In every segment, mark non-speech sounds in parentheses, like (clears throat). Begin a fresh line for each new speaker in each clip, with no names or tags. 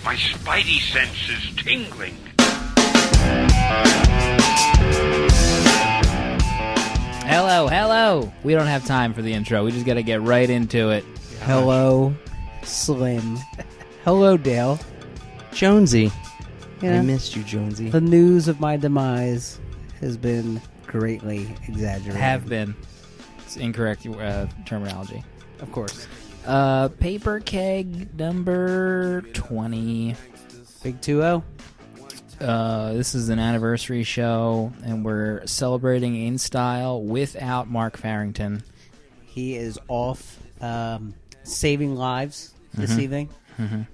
spidey senses tingling.
Hello, hello. We don't have time for the intro. We just got to get right into it.
Hello, Slim. Hello, Dale.
Jonesy.
You
I
know,
missed you, Jonesy.
the news of my demise has been greatly exaggerated.
Have been. It's incorrect uh, terminology.
of course.
Uh, paper keg number 20.
Big 2 0.
Uh, this is an anniversary show, and we're celebrating in style without Mark Farrington.
He is off um, saving lives
Mm-hmm.
this evening.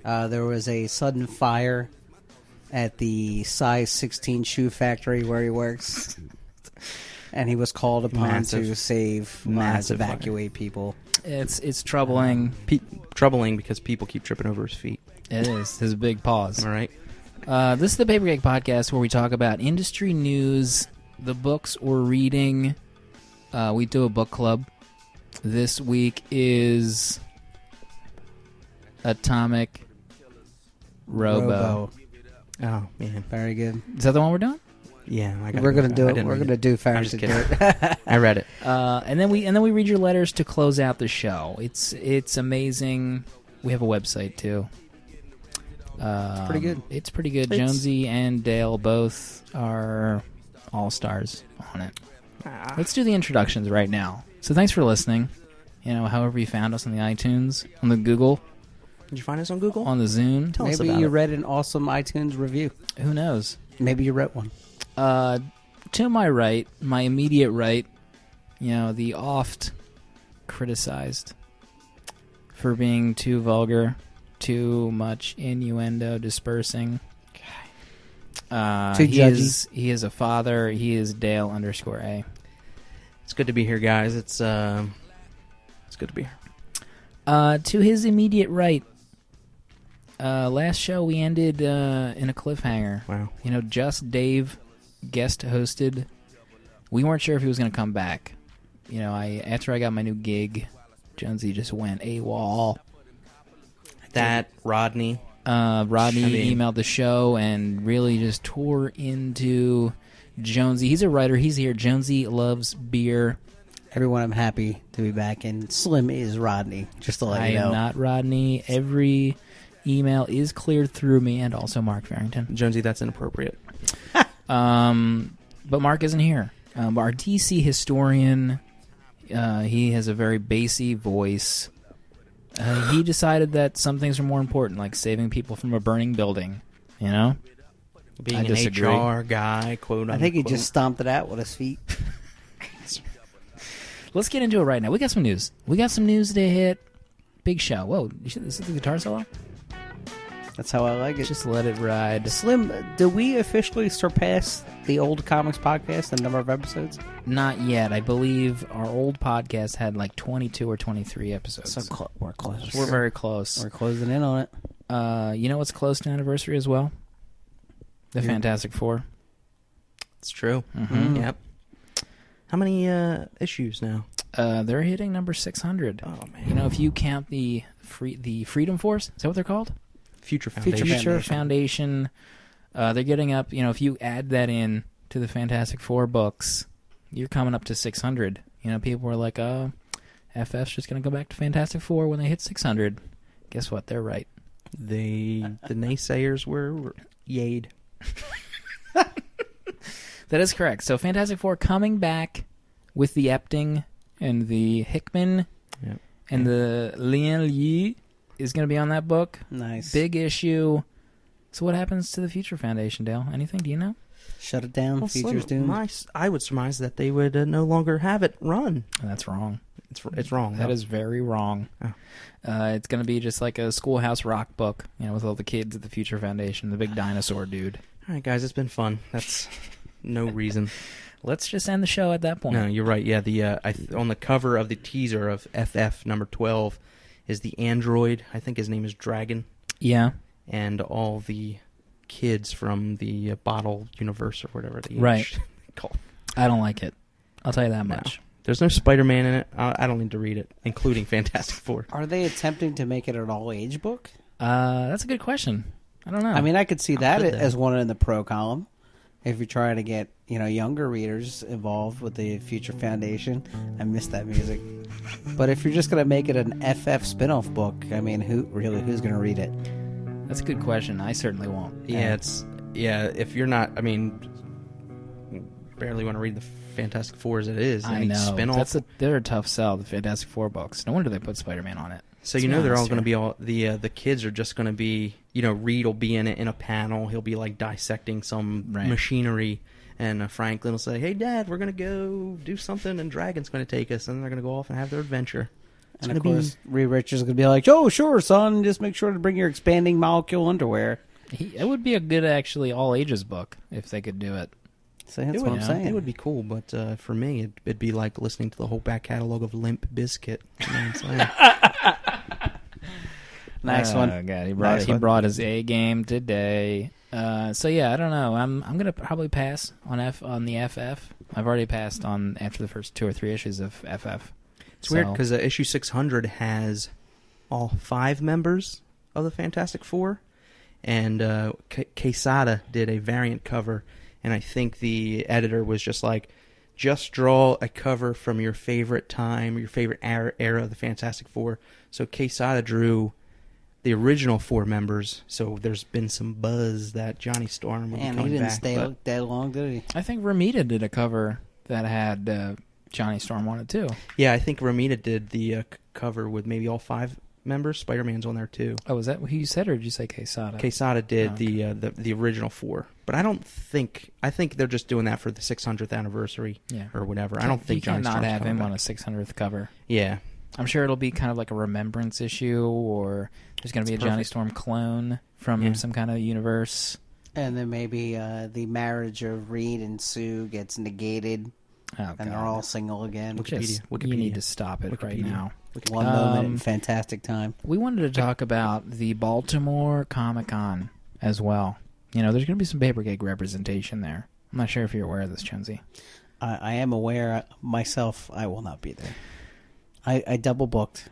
Uh, there was a sudden fire at the size 16 shoe factory where he works. And he was called upon to
Massive.
save lives,
Massive fire.
evacuate people.
It's it's troubling.
Pe- troubling because people keep tripping over his feet.
It is his big pause.
All right.
Uh, this is the Paper Cake Podcast where we talk about industry news, the books we're reading. Uh, we do a book club. This week is Atomic Robo.
Robo.
Oh man.
Very good.
Is that the one we're doing?
Yeah. I gotta
We're
go
gonna
with
do
that. I
it.
didn't
We're
read
gonna
it.
do
I'm
Farrington.
just
Do
kidding.
it. (laughs)
I read it.
Uh, and then we and then we read your letters to close out the show. It's it's amazing. We have a website too. Um,
pretty good.
It's pretty good.
It's-
Jonesy and Dale both are all stars on it. Let's do the introductions right now. So thanks for listening. You know, however you found us on the iTunes, on the Google,
Did you find us on Google?
on the Zoom.
Tell us
Maybe
about
you
it.
read an awesome iTunes review.
Who knows?
Maybe you wrote one.
Uh, to my right, my immediate right, you know, the oft criticized for being too vulgar, too much innuendo dispersing. Uh,
Too
he
judgy.
is he is a father. He is Dale underscore A.
It's good to be here, guys. It's um, it's good to be here.
Uh, to his immediate right, uh, last show we ended uh, in a cliffhanger.
Wow.
You know, just Dave guest hosted. We weren't sure if he was going to come back. You know, I after I got my new gig, Jonesy just went AWOL.
That Rodney.
Uh, Rodney
I mean-
emailed the show and really just tore into Jonesy. He's a writer. He's here. Jonesy loves beer.
Everyone, I'm happy to be back. And Slim is Rodney, just to let
I
you know.
am not Rodney. Every email is cleared through me and also Mark Farrington.
Jonesy, that's inappropriate.
Um, but Mark isn't here. Um, our DC historian, uh, he has a very bassy voice. Uh, he decided that some things are more important, like saving people from a burning building. You know,
Being
I
an
disagree.
HR guy, quote.
I think he
unquote.
just stomped it out with his feet.
let's get into it right now. We got some news. We got some news to hit. Big show. Whoa, you should, this is the guitar solo.
That's how I like it.
Just let it ride.
Slim, do we officially surpass the old comics podcast in number of episodes?
Not yet. I believe our old podcast had like twenty-two or twenty-three episodes.
So cl- we're close.
We're very close.
We're closing in on it.
Uh, you know what's close to anniversary as well? The Fantastic Four. Mm-hmm.
It's true.
Mm.
Yep. How many uh, issues now?
Uh, they're hitting number six hundred.
Oh
You
man.
know, if you count the free the Freedom Force, is that what they're called?
Future
Future
Foundation.
Future
Foundation.
Foundation. Uh, they're getting up. You know, if you add that in to the Fantastic Four books, you're coming up to six hundred. You know, people were like, "Uh, FF's just gonna go back to Fantastic Four when they hit six hundred. Guess what? They're right.
They the naysayers were, were yayed.
That is correct. So Fantastic Four coming back with the Epting and the Hickman
Yep.
and the Lian Yi is going to be on that book.
Nice.
Big issue. So what happens to the Future Foundation, Dale? Anything? Do you know?
Shut it down.
Well,
Future's
Slim,
doomed.
my s- I would surmise that they would uh, no longer have it run.
Oh, that's wrong.
It's r- it's wrong.
That
though.
is very wrong.
Oh.
Uh, it's going to be just like a schoolhouse rock book, you know, with all the kids at the Future Foundation, the big dinosaur dude.
all right, guys. It's been fun. That's
(laughs)
no reason.
Let's just end the show at that point.
no, you're right. Yeah, the uh, I th- on the cover of the teaser of FF number twelve is the android. I think his name is Dragon,
Yeah,
and all the kids from the uh, Bottle Universe or whatever (laughs) they
Right.
Call.
I don't like it. I'll tell you that
No.
much.
There's no Spider-Man in it. I, I don't need to read it,
(laughs)
including Fantastic Four.
Are they attempting to make it an all age book?
Uh, that's a good question. I don't know.
I mean, I could see that
put that.
as one in the pro column. If you're trying to get you know younger readers involved with the Future Foundation, I miss that music. But if you're just going to make it an FF spin-off book, I mean, who really who's going to read it?
that's a good question. I certainly won't.
Yeah, it's yeah. If you're not, I mean, barely want to read the Fantastic Four as it is.
I
mean,
know.
Spin-off.
That's a they're a tough sell. The Fantastic Four books. No wonder they put Spider Man on it.
so you
Let's
know they're all
honest
going to be
here.
all the uh, the kids are just going to be you know Reed will be in it in a panel. He'll be like dissecting some
Right.
machinery. And uh, Franklin will say, "Hey, Dad, we're gonna go do something, and Dragon's gonna take us, and they're gonna go off and have their adventure." It's
And of
gonna be-
course, Reed Richards is going to be like, "Oh, sure, son. Just make sure to bring your expanding molecule underwear."
He, it would be a good actually all ages book if they could do it.
So that's
it
what
would,
I'm
yeah,
saying.
it would be cool, but uh, for me, it'd, it'd be like listening to the whole back catalog of Limp Biscuit. You know what I'm
(laughs)
saying?
nice
Oh,
Uh,
one.
God, he brought
Nice
he
one.
brought his A game today. Uh, so yeah, I don't know. I'm I'm gonna probably pass on F on the FF. I've already passed on after the first two or three issues of FF.
It's weird
So-
because uh, issue 600 has all five members of the Fantastic Four, and uh, K- Quesada did a variant cover, and I think the editor was just like, just draw a cover from your favorite time, your favorite era, era of the Fantastic Four. So Quesada drew the original four members, so there's been some buzz that Johnny Storm will be
And he
coming
didn't
back.
stay
but-
that long, did he?
I think Ramita did a cover that had uh, Johnny Storm on it too.
Yeah, I think Ramita did the uh, c- cover with maybe all five members. Spider Man's on there too.
Oh, was that who you said, or did you say Quesada?
Uh, Quesada did
Oh,
the, uh, the the original four, but I don't think I think they're just doing that for the 600th anniversary
yeah.
or whatever. I don't think
you
Johnny
cannot
Storm's
have
coming
him on a
back.
600th cover.
Yeah,
I'm sure it'll be kind of like a remembrance issue, or there's going to be a
That's
Johnny
perfect.
Storm clone from
Yeah.
some kind of universe.
And then maybe uh, the marriage of Reed and Sue gets negated,
Oh, God.
and they're all single again.
Wikipedia,
Just- You
Wikipedia.
need to stop it right
Wikipedia.
now.
One
Um,
moment in fantastic time.
We wanted to talk about the Baltimore Comic Con as well. You know, there's going to be some paper gig representation there. I'm not sure if you're aware of this, Jonesy.
I, I am aware uh, myself. I will not be there. I, I double booked.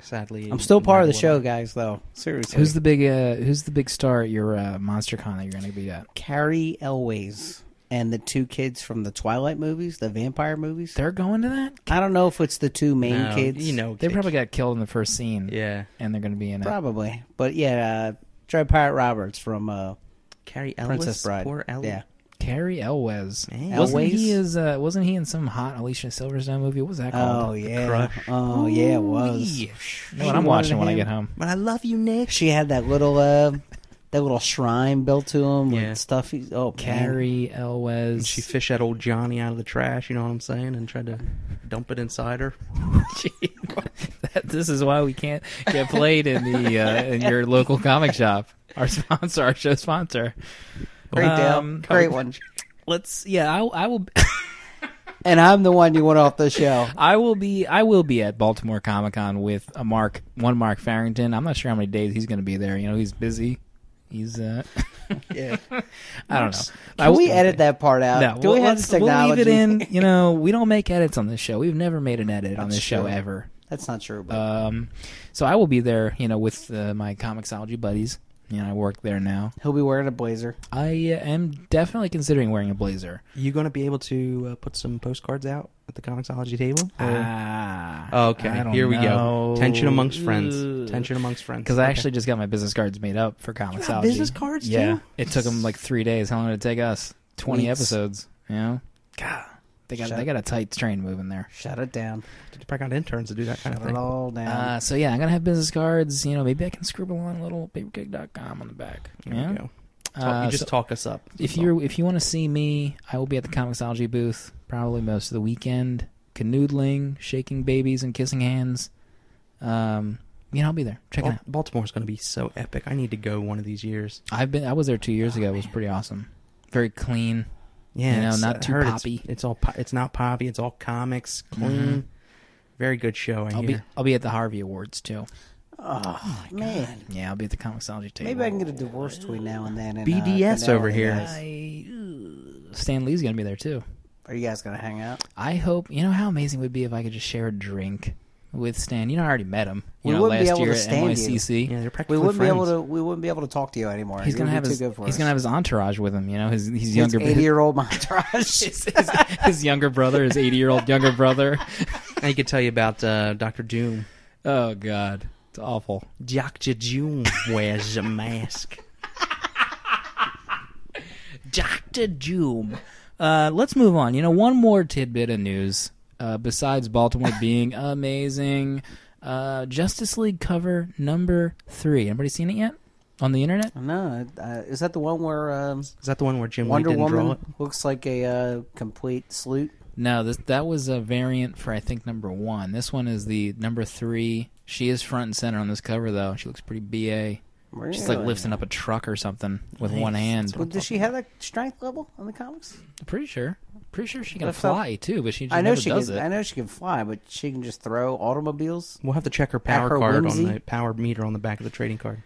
Sadly,
I'm still part of the
neither
show,
will
guys. Though seriously,
Who's the big uh, Who's the big star at your uh, MonsterCon that you're going to be at?
Carrie Elways and the two kids from the Twilight movies, the vampire movies?
They're going to that.
I don't know if it's the two
I.
main
No,
kids.
Oh, You know,
They
Jake.
probably got killed in the first scene,
yeah.
and they're going to be in it.
probably, but yeah, uh, Dread Pirate Roberts from uh,
Carrie Ellis,
Princess Bride.
poor Ellis.
Yeah,
Carrie Elwes.
Man.
Wasn't
Elwes?
he is uh, wasn't he in some hot Alicia Silverstone movie? What was that
Oh
called?
yeah.
Crush.
Oh yeah, it was.
Ooh-wee. You know what
She
I'm watching
wanted
when I
him.
get home.
But I love you, Nick.
She had that little uh that little shrine built to him
Yeah.
with stuff he's oh Carrie.
Carrie Elwes. (laughs)
And she fished that old Johnny out of the trash. You know what I'm saying? And tried to dump it inside her.
Gee, that, this is why we can't get played in the uh, in your local comic shop. Our sponsor, our show sponsor.
Great Dale.
Um,
Great one.
Let's. Yeah, I, I will.
And I'm the one you went off the (laughs) show.
I will be. I will be at Baltimore Comic Con with a Mark, one Mark Farrington. I'm not sure how many days he's going to be there. You know, he's busy. He's. Uh, (laughs)
Yeah.
I don't know. I
Can we
will-
edit that part
Uh,
out?
No,
Do
we'll,
we have
let's-
the technology?
we'll leave it in.
(laughs)
You know, we don't make edits on this show. We've never made an edit on
That's
this show
true.
ever.
That's not true, but
Um, so I will be there, you know, with uh, my comicsology buddies. You know, I work there now.
he'll be wearing a blazer.
I uh, am definitely considering wearing a blazer.
You gonna be able to uh, put some postcards out at the Comicsology table?
Ah, I
Okay,
don't
here we
know.
go. Tension amongst friends. Tension amongst friends.
Because I actually just got my business cards made up for comicsology.
business cards,
yeah.
too?
It took them like three days. How long did it take us? Twenty
Weeks.
episodes. You know, God, they got
Shut-
they got a tight strain moving there.
Shut it down.
Did you probably got interns to do that kind
Shut
of
it
thing.
all down.
Uh, so yeah, I'm gonna have business cards. You know, maybe I can scribble on a little papercake.com on the back.
There
yeah?
you go. Talk-
Uh, so-
you just talk us up.
if
That's
you if you want to see me, I will be at the Comicsology booth probably most of the weekend, canoodling, shaking babies, and kissing hands. Um, you know, I'll be there. Check
all.
it
Bal-
out.
Baltimore's going to be so epic. I need to go one of these years.
I've been I was there two years ago. It was pretty awesome. Very clean.
Yeah,
You know,
it's-
not
I
too
heard it's-
poppy. Mm-hmm.
It's, all po- it's not poppy. It's all comics, clean. Very good show. I
I'll
hear.
be I'll be at the Harvey Awards too.
oh, man.
Yeah, I'll be at the Comicsology table.
Maybe I can get a divorce between now and then. And, uh,
BDS
Fidel
over
and
here.
the guys.
I- Stan Lee's gonna be there too.
Are you guys gonna hang out?
I hope you know how amazing it would be if I could just share a drink with Stan. You know, I already met him. You
We
know,
wouldn't be
last
able
year
to
at
stand you.
NYCC.
Yeah, they're
We
practically
wouldn't
friends.
be able to. We wouldn't be able to talk to you anymore.
He's gonna
You'd
have
be
his
too good for
he's
us.
gonna have his entourage with him. You know, his his
His
younger his,
eighty-year-old (laughs) entourage.
(laughs) his, (laughs) his younger brother, his eighty year old younger brother. (laughs)
I could tell you about uh, Doctor Doom.
Oh God, it's awful.
Doctor Doom (laughs) wears a mask.
Doctor Doom. Uh, let's move on. You know, one more tidbit of news. Uh, besides (laughs) Baltimore being amazing, uh, Justice League cover number three. Anybody seen it yet on the internet?
no, uh, is that the one where um,
Is that the one where Jim Lee
Wonder
didn't draw
Woman
it?
looks like a uh, complete salute?
No, this, that was a variant for I think number one. This one is the number three. She is front and center on this cover though. She looks pretty ba. She's like
Really?
lifting up a truck or something with
Nice.
one hand.
Well, does she have that strength level in the comics?
Pretty sure. Pretty sure she can
That's not-
fly too, but she just
I know
never
she
does
can.
it.
I know she can fly, but she can just throw automobiles.
We'll have to check her power
her
card
whimsy?
on the power meter on the back of the trading card.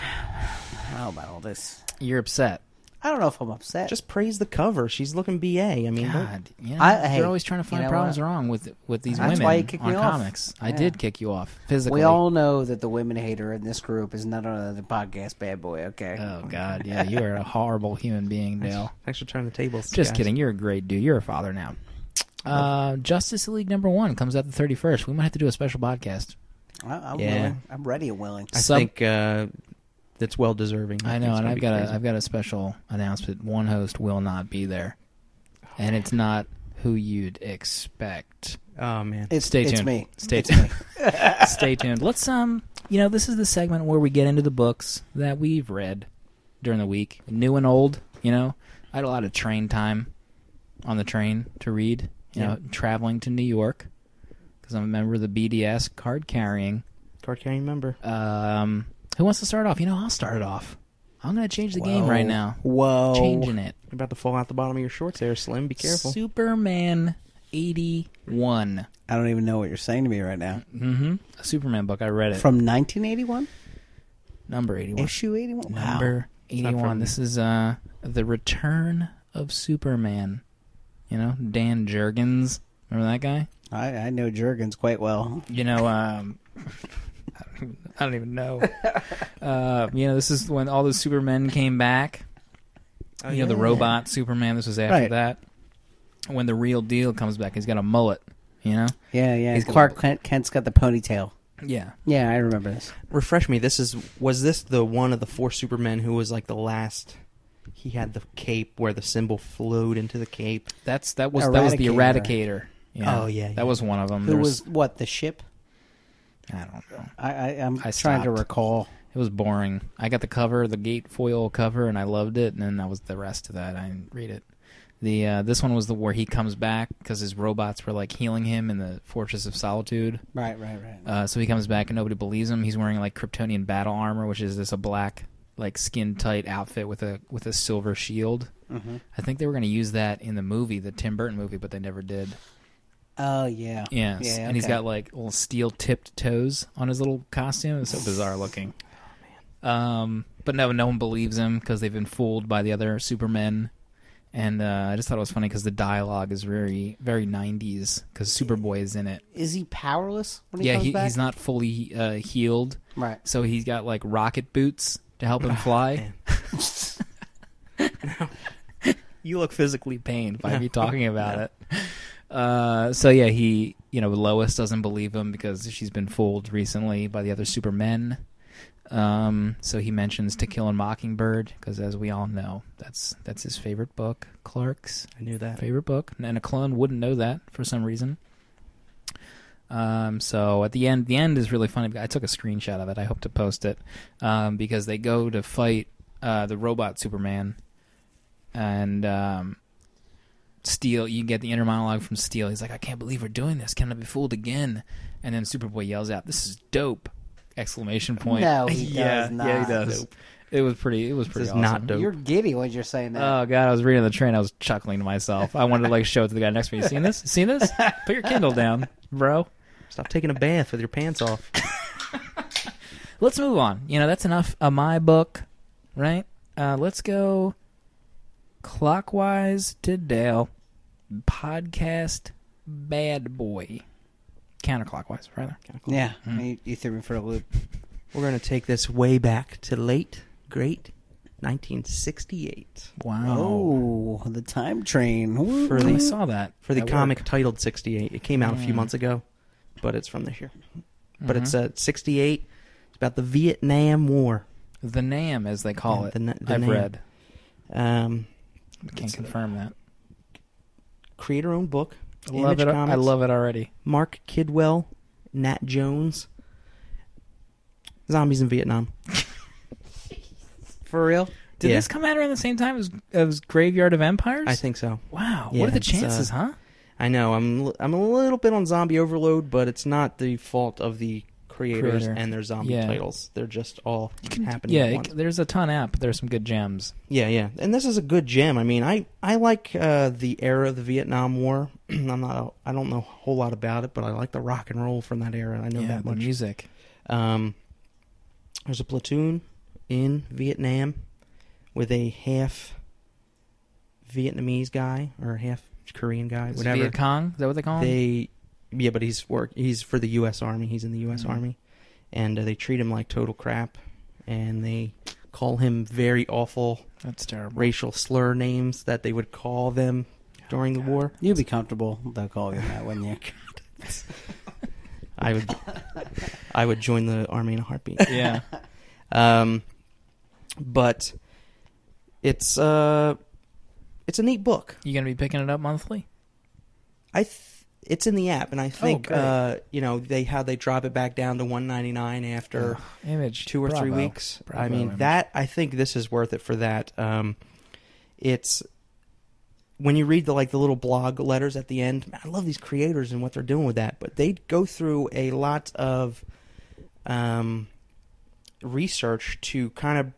I don't know about all this.
You're upset.
I don't know if I'm upset.
Just praise the cover. She's looking ba. I mean, don't-
God, you know,
I- hey,
you're always trying to
you
find
know
problems
what?
wrong with with these
That's
women
why you kicked
on
me off.
comics. I
Yeah.
did kick you off physically.
we all know that the women hater in this group is none other than the podcast bad boy. Okay.
oh God, yeah, you are a horrible human
(laughs)
being, Dale.
thanks for turning the tables.
Just
guys.
kidding. You're a great dude. You're a father now. Uh, Justice League number one comes out the thirty first. We might have to do a special podcast.
I, am
Yeah.
willing. I'm ready and willing.
I
Sub-
think uh, that's well deserving.
I
think
know, and
it's gonna
I've
be
got
crazy.
a I've got a special announcement. One host will not be there, and it's not who you'd expect.
Oh man,
It's
Stay
It's
tuned.
me.
Stay
It's
tuned.
me.
stay tuned. Let's um, you know, this is the segment where we get into the books that we've read during the week, new and old. You know, I had a lot of train time on the train to read. You know, traveling to New York because I'm a member of the BDS card carrying.
card carrying member.
Um, who wants to start off? You know, I'll start it off. I'm gonna change the (laughs) game right now.
Whoa.
Changing it.
You're about to fall out the bottom of your shorts there, Slim. Be careful.
Superman 81.
I don't even know what you're saying to me right now.
Mm-hmm. A Superman book. I read it.
From 1981,
number 81.
issue 81. Wow.
number
not
81
from-
this is uh the return of superman you know dan jurgens remember that guy
I, I know Jurgens quite well.
you know um (laughs) i don't even know uh you know this is when all the supermen came back you know the robot superman this was after
Right.
that when the real deal comes back he's got a mullet you know
Yeah, yeah.
He's got
Clark
the-
Kent, Kent's got the ponytail.
yeah
Yeah, I remember this.
Refresh me. This is was this the one of the four Supermen who was like the last? He had the cape where the symbol flowed into the cape.
that's that was that was the
Eradicator.
eradicator yeah.
Oh, yeah, yeah.
that was one of them
Who was, what the ship?
i don't know
I, I I'm
I
trying to
stopped.
recall.
It was boring. I got the cover, the gate foil cover, and I loved it. And then that was the rest of that. I didn't read it. The uh, this one was the where he comes back because his robots were like healing him in the Fortress of Solitude.
Right, right, right.
Uh, so he comes back and nobody believes him. He's wearing like Kryptonian battle armor, which is this a black like skin tight outfit with a with a silver shield. I think they were going to use that in the movie, the Tim Burton movie, but they never did.
oh yeah.
Yes,
Yeah,
and he's
okay.
got like little steel tipped toes on his little costume. It's so bizarre looking.
Oh,
Um, but no, no one believes him because they've been fooled by the other Supermen. And uh, I just thought it was funny because the dialogue is very, very '90s because Superboy is in it.
Is he powerless when he
yeah,
comes
he,
back?
he's not fully uh, healed,
Right.
so he's got like rocket boots to help him
(laughs)
fly. you look physically pained by me talking about it. Uh, so yeah, he, you know, Lois doesn't believe him because she's been fooled recently by the other Supermen. Um, so he mentions To Kill a Mockingbird because, as we all know, that's that's his favorite book, Clark's
I knew that.
favorite book, and a clone wouldn't know that for some reason. Um, so at the end, the end is really funny. I took a screenshot of it. I hope to post it um, because they go to fight uh, the robot Superman, and um, Steel. You get the inner monologue from Steel. He's like, "I can't believe we're doing this. Can I be fooled again?" And then Superboy yells out, "This is dope!" Exclamation point.
No, he
(laughs)
does
yeah, Yeah,
not.
he does. It was pretty. It was pretty.
is
awesome.
not dope.
You're giddy when you're saying that.
Oh god, I was reading the train. I was chuckling to myself. I wanted to like show it to the guy next to me. You seen this? You seen this? Put your Kindle down, bro.
Stop taking a bath with your pants off.
Let's move on. You know that's enough of my book, right? Uh, let's go clockwise to Dale. Podcast bad boy. counterclockwise rather.
Yeah,
hmm.
you, you threw me for a loop.
We're going to take this way back to late, great 1968
Wow.
Oh, the time train. Woo.
for
I
the
saw that
for the
at
comic
work.
titled 68. It came out a few
Yeah. Mm-hmm.
months ago, but it's from this year. But it's uh, 68. It's about the Vietnam War.
The Nam, as they call
Yeah,
it.
the na- the
I've
Nam.
read.
Um,
Can not confirm that.
creator owned book.
I love
Image
it. I
Comics.
love it already.
Mark Kidwell, Nat Jones. Zombies
(laughs)
in Vietnam.
For real?
Did
Yeah.
this come out around the same time as, as Graveyard of Empires?
I think so.
Wow.
Yeah,
what are the
it's, uh,
chances, huh?
I know I'm l- I'm a little bit on zombie overload, but it's not the fault of the creators
Creator.
and their zombie
Yeah.
titles. They're just all happening.
yeah,
at
it-
once.
there's a ton out, but there's some good gems.
yeah, yeah. And this is a good gem. I mean, I I like uh, the era of the Vietnam War. (clears throat) I'm not a, I don't know a whole lot about it, but I like the rock and roll from that era. I know
yeah,
that
the
much.
music.
Um, there's a platoon in Vietnam with a half Vietnamese guy or half Korean guy,
Is it
whatever.
Viet Cong? Is that what they call them?
They, yeah, but he's work. He's for the U.S. Army. He's in the U.S. Army, and uh, they treat him like total crap, and they call him very awful
That's
(laughs)
terrible.
racial slur names that they would call them during the war.
You'd be comfortable. They'll call you
(laughs)
that, wouldn't you?
I would, I would join the army in a heartbeat.
yeah.
Um, but it's uh, it's a neat book.
You going to be picking it up monthly?
I th- it's in the app, and I think
great.
uh, you know they how they drop it back down to one ninety nine after
Image.
two or three
Bravo.
weeks. I
Bravo,
mean
Image.
that I think this is worth it for that. Um, it's when you read the like the little blog letters at the end. Man, I love these creators and what they're doing with that, but they go through a lot of um, research to kind of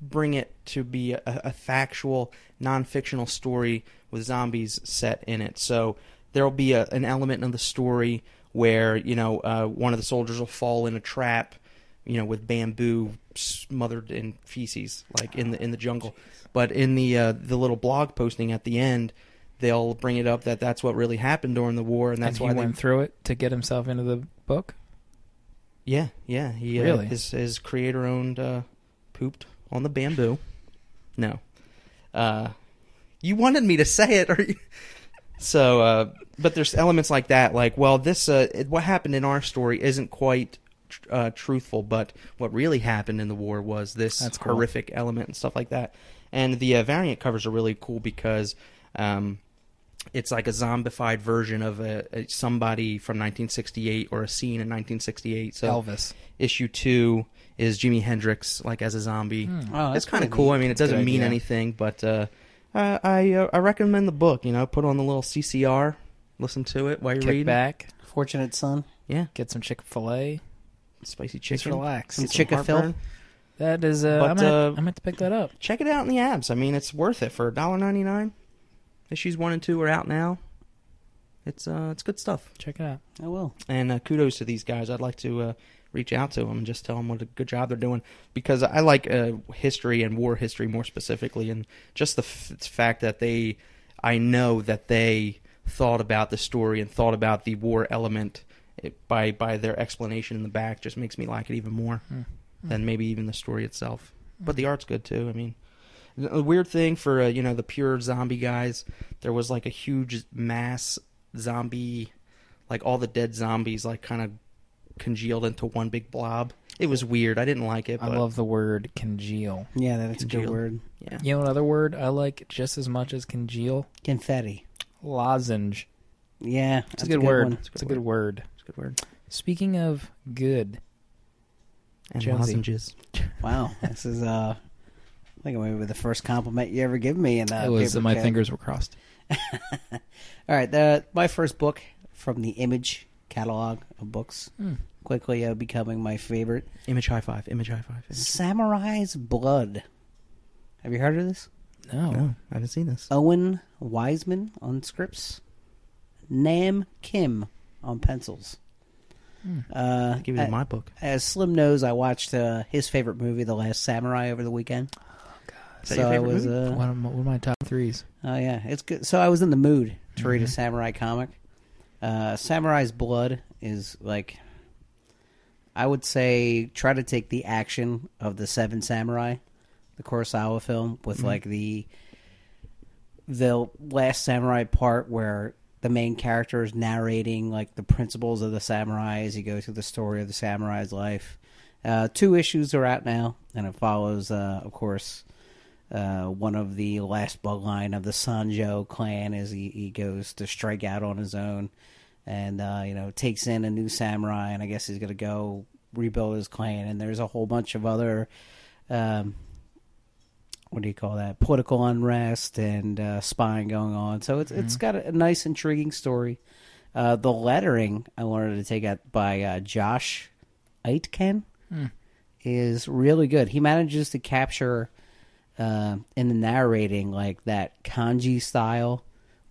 bring it to be a, a factual, non-fictional story with zombies set in it. So there'll be a, an element of the story where you know uh, one of the soldiers will fall in a trap, you know, with bamboo smothered in feces, like in the in the jungle. But in the uh, the little blog posting at the end. They'll bring it up that that's what really happened during the war, and that's
and he
why they
went through it to get himself into the book.
yeah, yeah. He uh,
Really?
his his creator owned uh, pooped on the bamboo. No, uh, you wanted me to say it, or you... (laughs) so. Uh, but there's elements like that, like well, this uh, it- what happened in our story isn't quite tr- uh, truthful, but what really happened in the war was this
That's cool.
horrific element and stuff like that. And the uh, variant covers are really cool because. Um, it's like a zombified version of a, a somebody from 1968 or a scene in 1968. So
Elvis.
issue two is Jimi Hendrix like as a zombie.
Hmm.
Oh,
it's
that's
kind of
pretty
cool. I mean, it doesn't
good
mean
idea.
anything, but uh, I I, uh, I recommend the book. You know, put on the little CCR, listen to it while you're
Kick
reading.
back,
Fortunate son.
Yeah,
get some Chick Fil A,
spicy
just
chicken.
relax.
Some
Get some
Chick-fil.
heartburn.
That is, uh,
But,
I'm, gonna,
uh,
I'm gonna have to pick that up.
Check it out in the apps. I mean, it's worth it for $1.99. Issues one and two are out now. It's uh, it's good stuff.
Check it out.
I will.
and uh, kudos to these guys. I'd like to uh, reach out to them and just tell them what a good job they're doing because I like uh, history and war history more specifically, and just the f- fact that they, I know that they thought about the story and thought about the war element it, by by their explanation in the back just makes me like it even more
Hmm.
than maybe even the story itself. But the art's good too. I mean. The weird thing for uh, you know the pure zombie guys, there was like a huge mass zombie like all the dead zombies like kind of congealed into one big blob. It was weird. I didn't like it.
I
But,
love the word congeal.
Yeah, that's a good
Congeal.
word.
Yeah.
You know another word I like just as much as congeal?
Confetti.
Lozenge.
Yeah,
It's a good, word.
one.
It's, a good word.
It's a good word.
Speaking of good,
And
Jonesy.
lozenges.
Wow, (laughs) this is uh, I think it might be the first compliment you ever give me. And uh,
it was
paper
my
cut.
fingers were crossed.
All right, the, my first book from the Image catalog of books,
Hmm.
quickly uh, becoming my favorite.
Image high five. Image high five. Image-
Samurai's Blood. Have you heard of this?
No.
No, Oh, I haven't seen this.
Owen Wiseman on scripts, Nam Kim on pencils.
Hmm.
Uh,
Give it
a-
in my book.
as Slim knows, I watched uh, his favorite movie, The Last Samurai, over the weekend.
Oh, Is that your
I
favorite
was,
movie?
One,
Uh,
of my, one of my top threes.
oh yeah, it's good. So I was in the mood to read a samurai comic. Uh, Samurai's Blood is like I would say try to take the action of the Seven Samurai, the Kurosawa film, with like the the last samurai part where the main character is narrating like the principles of the samurai as you go through the story of the samurai's life. Uh, two issues are out now, and it follows, uh, of course, uh, one of the last bloodline of the Sanjo clan as he, he goes to strike out on his own and, uh, you know, takes in a new samurai, and I guess he's going to go rebuild his clan. And there's a whole bunch of other. Um, what do you call that? Political unrest and uh, spying going on. So it's it's got a, a nice, intriguing story. Uh, the lettering I wanted to take out by uh, Josh Aitken is really good. He manages to capture uh, in the narrating like that kanji style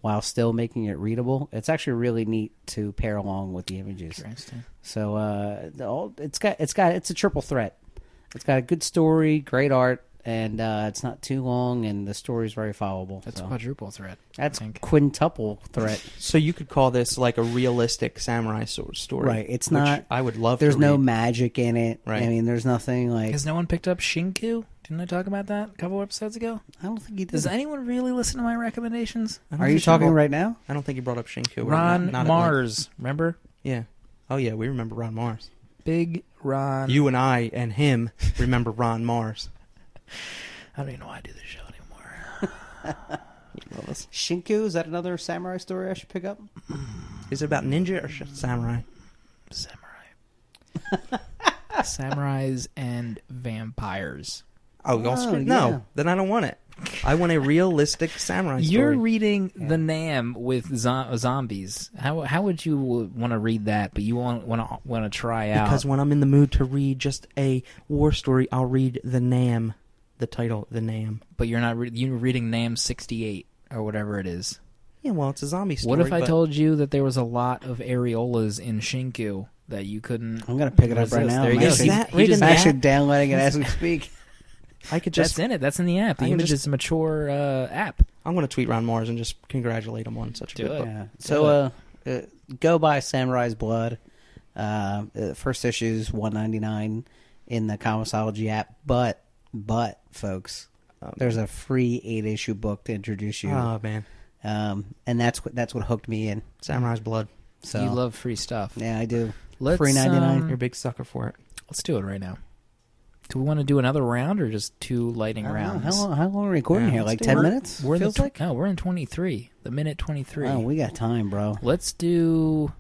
while still making it readable. It's actually really neat to pair along with the images.
Interesting.
So uh, the- all, it's got it's got it's a triple threat. It's got a good story, great art, and uh, it's not too long, and the story's very followable.
That's
so.
quadruple threat.
that's
I think.
quintuple threat.
So you could call this like a realistic samurai sort of story,
Right, it's
which
not-
I would love.
There's
to
no
read.
magic in it.
Right.
I mean, there's nothing like.
Has no one picked up Shinku? Didn't I talk about that a couple episodes ago?
I don't think he does.
Does anyone really listen to my recommendations?
I don't
Are
think
you
she brought-
talking right now?
I don't think you brought up Shinku. or
Ron
not- not at length.
Mars, remember?
Yeah. Oh yeah, we remember Ron Mars.
Big Ron.
You and I and him remember Ron Mars.
I don't even know why I do this show anymore. (laughs)
Love us.
Shinku is that another samurai story I should pick up?
Is it about ninja or sh- samurai?
Samurai. Samurais and vampires.
Oh, y'all
Oh,
screw-
yeah.
no. Then I don't want it. I want a realistic samurai story.
You're reading the Nam with zo- zombies. How how would you want to read that? But you want want to want to try out
because when I'm in the mood to read just a war story, I'll read the Nam, the title, the Nam.
but you're not re- you're reading Nam 68 or whatever it is.
Yeah, well, it's a zombie story.
What if I
but-
told you that there was a lot of areolas in Shinku that you couldn't?
I'm gonna pick it up
resist?
right now.
There you
I'm
go.
Is
actually,
that
He
right
just-
in
I'm
the
actually
app?
downloading it as we speak.
I could
that's
just?
in it. That's in the app. The
I can
image
just-
is a mature uh, app.
I'm going to tweet Ron Mars and just congratulate him on such a
Do
good
it.
book.
Yeah. So, uh, uh, go buy Samurai's Blood. Uh, uh, first issue's one ninety nine in the Comicsology app, but but folks, there's a free eight issue book to introduce you,
Oh man,
um, and that's what that's what hooked me in.
Samurai's blood.
So
You love free stuff.
yeah, I do.
Let's,
free ninety nine.
um,
You're a big sucker for it.
Let's do it right now. Do we want to do another round or just two lighting rounds?
How long, how long are we recording
Yeah,
here?
let's
Like
do
ten
it.
minutes?
We're in
Feels
the tw-
like-
no, we're in twenty three. The minute twenty three.
Oh, we got time, bro.
Let's do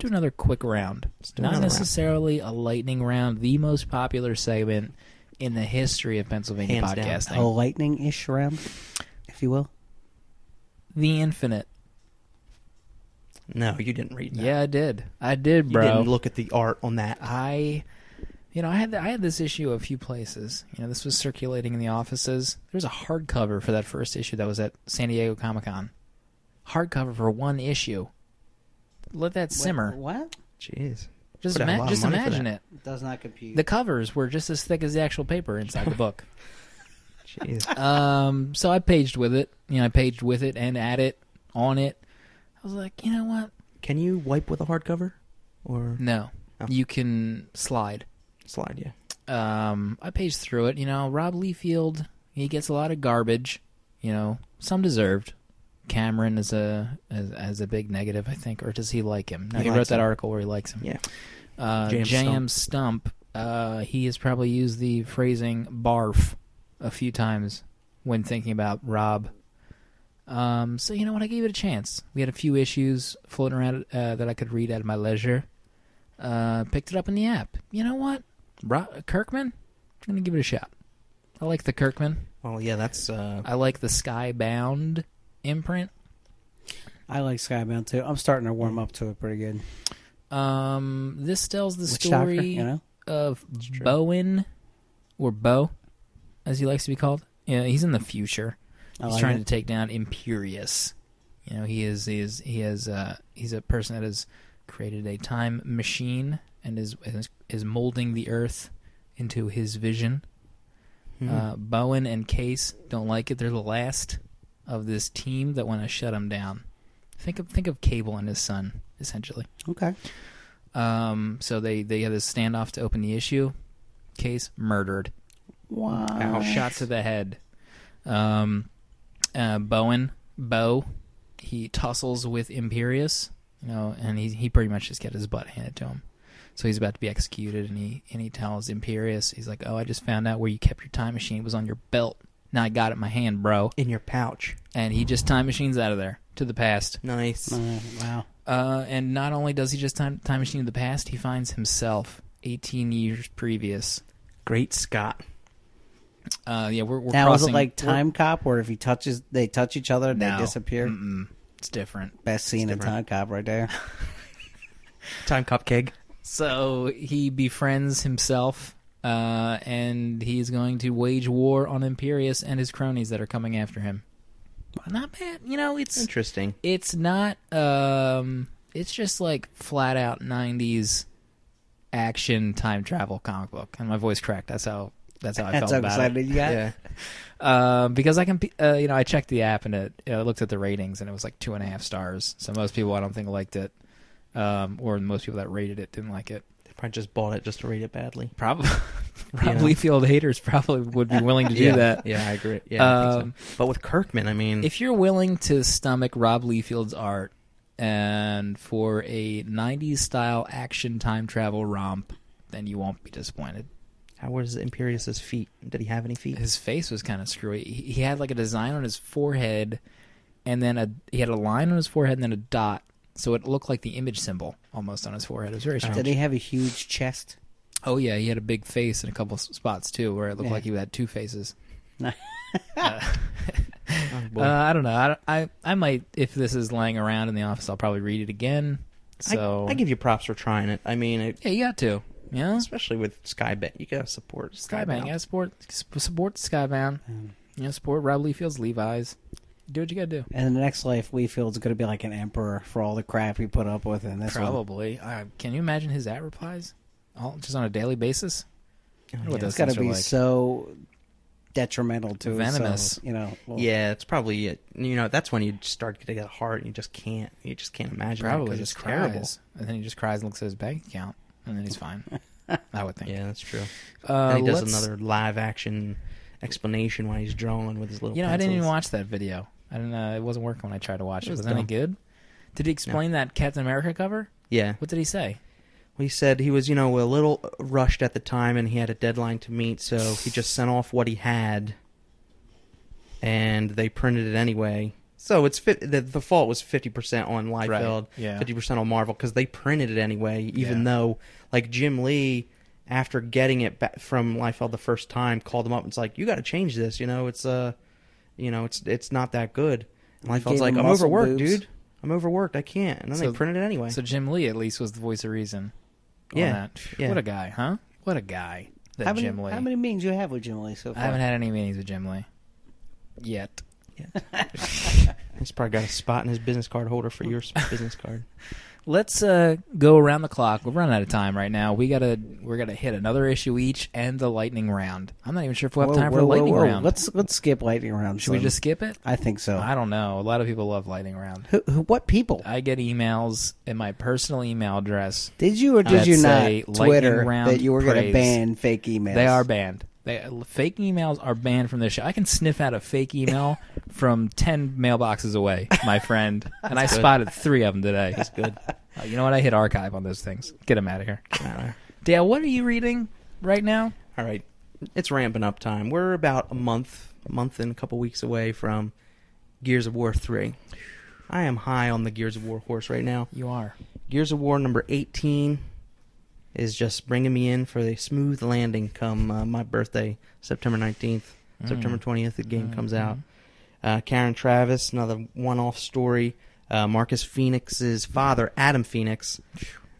do another quick round.
do
Not
another round.
necessarily a lightning round. The most popular segment in the history of Pennsylvania
Hands down. Oh.
podcasting.
A lightning ish round, if you will.
The infinite.
No, you didn't read that.
Yeah, I did. I did,
you
bro.
didn't look at the art on that.
I, you know, I had I had this issue a few places. You know, this was circulating in the offices. There was a hardcover for that first issue that was at San Diego Comic Con. Hardcover for one issue. Let that simmer.
What?
Jeez,
Just
Put out a lot
ima-
of
just
money for
imagine
that.
it.
Does not compute.
The covers were just as thick as the actual paper inside the book. (laughs)
(laughs) jeez.
um, so I paged with it. You know, I paged with it and at it, on it. I was like, you know what?
Can you wipe with a hardcover or
No,
Oh.
you can slide.
slide? Yeah.
um, I paged through it. You know, Rob Leafield, he gets a lot of garbage. You know, some deserved. Cameron is a as, as a big negative, I think, or does he like him? No,
He
he,
likes
wrote that
him.
article where he likes him.
Yeah.
Uh,
Jam
Jam, Stump. uh, he has probably used the phrasing "barf" a few times when thinking about Rob. Um, so you know what? I gave it a chance. We had a few issues floating around uh, that I could read at my leisure. Uh, picked it up in the app. You know what? Ro- Kirkman. I'm gonna give it a shot. I like the Kirkman.
Well, yeah, that's uh,
I like the Skybound imprint.
I like Skybound too. I'm starting to warm up to it pretty good.
Um, this tells the
Which
story
doctor, you know?
of Bowen, or Bo, as he likes to be called. Yeah, he's in the future.
I
he's
like
trying
it.
to take down Imperius. You know, he is he is he has uh, he's a person that has created a time machine and is is, is molding the Earth into his vision.
Mm-hmm.
hmm.
Uh, Bowen and Case don't like it. They're the last of this team that want to shut him down. Think of think of Cable and his son, essentially.
Okay.
Um, so they they had this standoff to open the issue. Case murdered.
Wow.
Shot to the head. Um, uh, Bowen Bo, he tussles with Imperius, you know, and he he pretty much just got his butt handed to him. So he's about to be executed, and he and he tells Imperius, he's like, "Oh, I just found out where you kept your time machine. It was on your belt. Now I got it in my hand, bro."
in your pouch.
And he just time machines out of there to the past.
Nice.
Uh, wow.
Uh, and not only does he just time time machine to the past, he finds himself 18 years previous.
Great Scott.
Uh, yeah, we're, we're
Now is
crossing.
it like Time Cop, where if he touches, they touch each other,
No.
they disappear?
Mm-mm. It's different.
Best scene in Time
different.
Cop, right
(laughs)
there.
Time cupcake.
So he befriends himself, uh, and he's going to wage war on Imperius and his cronies that are coming after him. Not bad, you know. It's
Interesting.
it's not. Um, it's just like flat out 90s action time travel comic book, and my voice cracked. That's how. That's how I
That's
felt
how
about it.
excited you got.
Yeah.
Um, because I can, uh, you know, I checked the app and it, you know, I looked at the ratings and it was like two and a half stars. So most people I don't think liked it, um, or most people that rated it didn't like it.
They probably just bought it just to rate it badly.
(laughs) Probably, probably field haters probably would be willing to do
(laughs) yeah. Mm.
that.
Yeah, I agree. Yeah, I think so.
Um,
but with Kirkman, I mean,
If you're willing to stomach Rob Liefeld's art and for a '90s style action time travel romp, then you won't be disappointed.
how was Imperious's feet? Did he have any feet?
his face was kind of screwy. He, he had like a design on his forehead, and then a he had a line on his forehead, and then a dot, so it looked like the image symbol almost on his forehead. It was very strange.
Did he have a huge chest?
oh yeah, he had a big face and a couple s- spots too, where it looked
Yeah.
like he had two faces. (laughs)
No.
Oh, boy.
Uh, I don't know. I, I I might if this is laying around in the office, I'll probably read it again.
I-
So
I, give you props for trying it. I mean, it,
yeah, you got to. Yeah,
especially with Skybank, you gotta support
Skybound.
Skybank.
Yeah, support sp- support Skybound.
Um,
Yeah, support Rob Liefeld's Levi's. Do what you got to do.
And in the next life, Weefield's going to be like an emperor for all the crap he put up with in this one.
Probably. Uh, can you imagine his at replies? All just on a daily basis. I wonder what
It's
those
got
things
to
are
be
like.
so detrimental to his soul,
Venomous.
you know. well,
Yeah, it's probably it. You know, that's when you start to get hard, and you just can't. You just can't imagine. that
Probably
'cause
just
it's
cries,
terrible.
and then he just cries and looks at his bank account, and then he's
(laughs)
fine. I would think.
Yeah, that's true.
Uh,
and he does
let's-
another live action explanation while he's drawing with his little.
You know, I didn't
pencils.
even watch that video. I didn't. Uh, it wasn't working when I tried to watch it.
It was
Was, that any
dumb.
good? Did he explain that Captain America cover?
Yeah,
What did he say?
he said he was you know a little rushed at the time, and he had a deadline to meet, so he just sent off what he had, and they printed it anyway. So it's fit. The, the fault was fifty percent on Liefeld,
yeah.
fifty percent on Marvel because they printed it anyway, even
Yeah.
though like Jim Lee. After getting it back from Liefeld the first time, called him up and was like, "You got to change this. You know, it's uh, you know, it's it's not that good." And
They
Liefeld's
gave
like,
him
"I'm
muscle
overworked,
boobs.
dude. I'm overworked. I can't." And then
So-
they printed it anyway.
So Jim Lee at least was the voice of reason. on
Yeah,
that.
yeah.
What a guy, huh? What a guy. That
How many,
Jim Lee.
how many meetings you have with Jim Lee so
I
far?
haven't had any meetings with Jim Lee yet.
He's probably got a spot in his business card holder for your s- business card.
Let's uh, go around the clock. We're running out of time right now. We gotta we're gonna hit another issue each and the lightning round. I'm not even sure if we'll have
Whoa,
time
whoa,
for a
whoa,
lightning
whoa.
round.
Let's let's skip lightning round.
Should we
son.
just skip it?
I think so.
I don't know. A lot of people love lightning round.
Who, who, what people?
I get emails in my personal email address.
Did you or did
I'd
you not
say lightning
Twitter
round
that you were going to
praise.
ban fake emails?
They are banned. They, fake emails are banned from this show. I can sniff out a fake
(laughs)
email from ten mailboxes away, my friend, and I spotted three of them today. That's good. (laughs) you know what? I hit archive on those things. Get them out of
(laughs)
here. Dale, what are you reading right now?
All right, it's ramping up time. We're about a month, a month and a couple weeks away from Gears of War three. I am high on the Gears of War horse right now.
You are.
Gears of War number eighteen is just bringing me in for the smooth landing. Come uh, my birthday, September nineteenth,
Mm.
September twentieth, the game comes
Mm-hmm.
out. Uh, Karen Travis, another one-off story. Uh, Marcus Phoenix's father, Adam Phoenix,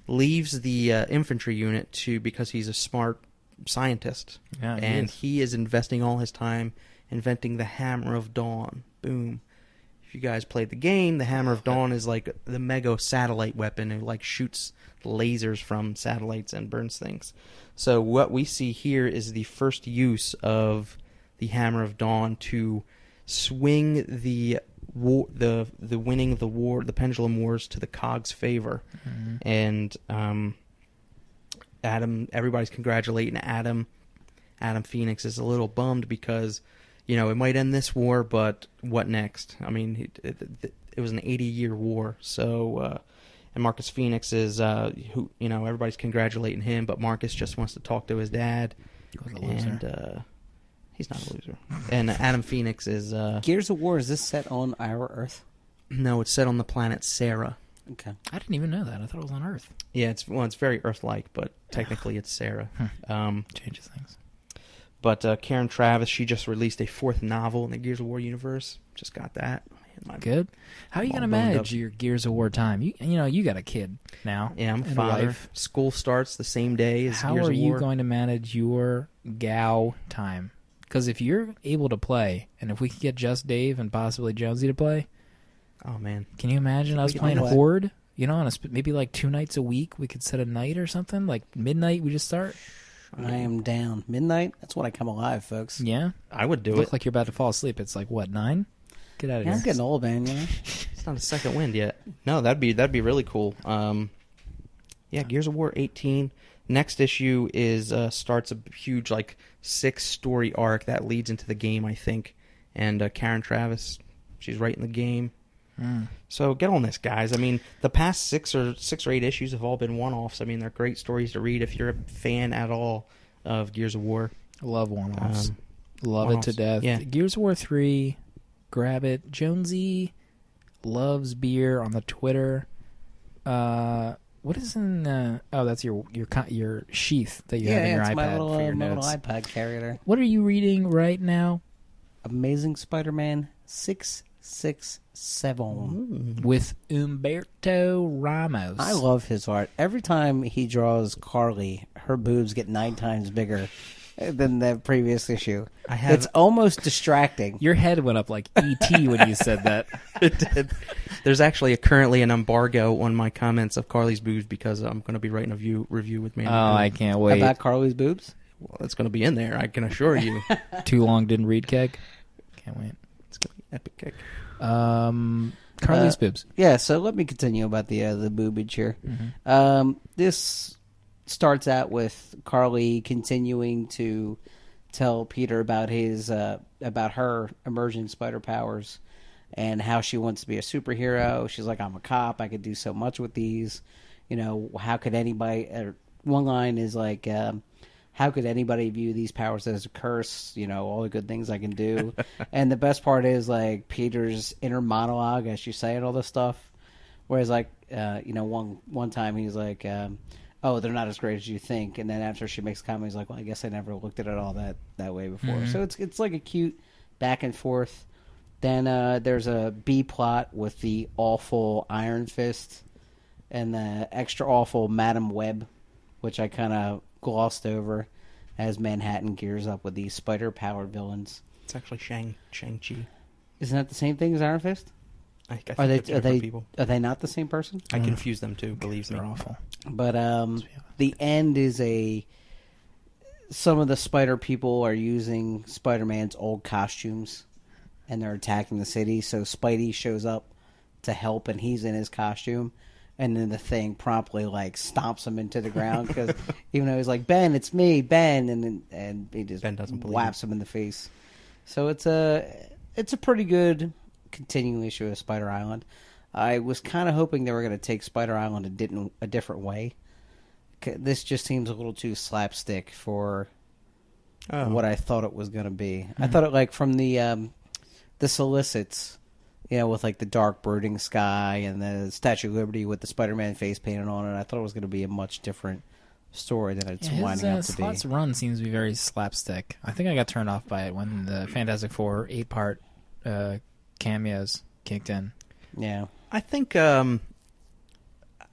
leaves the uh, infantry unit to because he's a smart scientist,
Yeah, he
and
is.
he is investing all his time inventing the Hammer of Dawn. Boom. If you guys played the game, the Hammer of Dawn is like the mega satellite weapon who like shoots lasers from satellites and burns things. So what we see here is the first use of the Hammer of Dawn to swing the war, the the winning of the war, the pendulum wars to the Cog's favor, and um, Adam, everybody's congratulating Adam. Adam Phoenix is a little bummed because, you know, it might end this war, but what next? I mean, it, it, it was an 80 year war. So, uh, and Marcus Phoenix is, uh, who, you know, everybody's congratulating him, but Marcus just wants to talk to his dad.
What a loser.
And, uh, he's not a loser. and Adam Phoenix is, uh,
Gears of War is this set on our Earth?
no, it's set on the planet Sarah.
Okay.
I didn't even know that. I thought it was on Earth.
Yeah, it's well, it's very Earth-like, but technically it's Sarah. Um,
Changes things.
but uh, Karen Travis, she just released a fourth novel in the Gears of War universe. Just got that. Man, my-
Good. How are you
I'm
going to
all boned
manage
up.
your Gears of War time? You you know you got a kid now.
Yeah, I'm
and a wife.
five. School starts the same day as
How
Gears
are
of
you
War.
going to manage your Gao time? Because if you're able to play, and if we could get just Dave and possibly Jonesy to play,
Oh man,
can you imagine us
we can
playing
play.
Horde? You know, on a sp- maybe like two nights a week, we could set a night or something. Like midnight, we just start.
I am down. Midnight? That's when I come alive, folks.
Yeah,
I would do
look
it.
like you're about to fall asleep. It's like what nine? Get out of
Yeah, I'm
here.
getting old, man. You know?
It's not a second wind yet. No, that'd be that'd be really cool. Um, yeah, Gears of War 18. Next issue is uh, starts a huge like six story arc that leads into the game, I think. And uh, Karen Travis, she's writing the game. So get on this, guys. I mean, the past six or six or eight issues have all been one offs. I mean, they're great stories to read if you're a fan at all of Gears of War.
Love warm offs.
Um,
Love it to
warm-offs.
death.
Yeah.
Gears of War three, grab it. Jonesy loves beer on the Twitter. Uh, what is in? Uh, oh, that's your your co- your sheath that (laughs) you
yeah,
have in
yeah,
your
it's
iPad
my little,
for your
uh, my little
notes.
iPad carrier.
What are you reading right now
Amazing Spider-Man six six seven.
Mm-hmm.
with Umberto Ramos?
I love his art. Every time he draws Carly, her boobs get nine times bigger eh, than the previous issue.
I have-
It's almost distracting.
your head went up like
(laughs)
ET when you said that.
it did. There's actually a, currently an embargo on my comments of Carly's boobs because I'm going to be writing a view, review with me.
Oh, I can't wait.
About Carly's boobs?
well, it's going to be in there. I can assure you.
Too long didn't read keg. Can't wait.
it's going to be epic. kick.
Um, Carly's
Uh,
boobs.
Yeah, so let me continue about the uh, the boobage here. Um, this starts out with Carly continuing to tell Peter about his uh, about her emerging spider powers and how she wants to be a superhero. She's like, "I'm a cop. I could do so much with these." You know, how could anybody? Or one line is like. Um, how could anybody view these powers as a curse? You know, all the good things I can do. (laughs) and the best part is like Peter's inner monologue as she's saying all this stuff. Whereas like, uh, you know, one one time he's like, um, "Oh, they're not as great as you think," and then after she makes a comment, he's like, "Well, I guess I never looked at it all that that way before." So it's it's like a cute back and forth. Then uh, there's a B plot with the awful Iron Fist and the extra awful Madam Web, which I kind of glossed over as Manhattan gears up with these spider powered villains.
It's actually Shang Shang Chi.
Isn't that the same thing as Iron Fist?
I, I think
Are they are
they're different
they
people?
are they not the same person?
I confuse them too. Believe me.
They're awful.
But um, the end is a. Some of the spider people are using Spider Man's old costumes, and they're attacking the city. So Spidey shows up to help, and he's in his costume. And then the thing promptly like stomps him into the ground
(laughs)
because even though he's like Ben, it's me, Ben, and then and he just
Ben doesn't believe
whaps him in the face. So it's a it's a pretty good continuing issue of Spider Island. I was kind of hoping they were going to take Spider Island a didn't a different way. 'Ca- This just seems a little too slapstick for
Oh.
what I thought it was going to be.
Mm-hmm.
I thought it like from the um, the solicits, you know, with like the dark brooding sky and the Statue of Liberty with the Spider Man face painted on it. I thought it was going to be a much different story than it's
Yeah, his
winding
uh,
up to be.
Slott's run seems to be very slapstick. I think I got turned off by it when the Fantastic Four eight part uh, cameos kicked in.
Yeah.
I think um,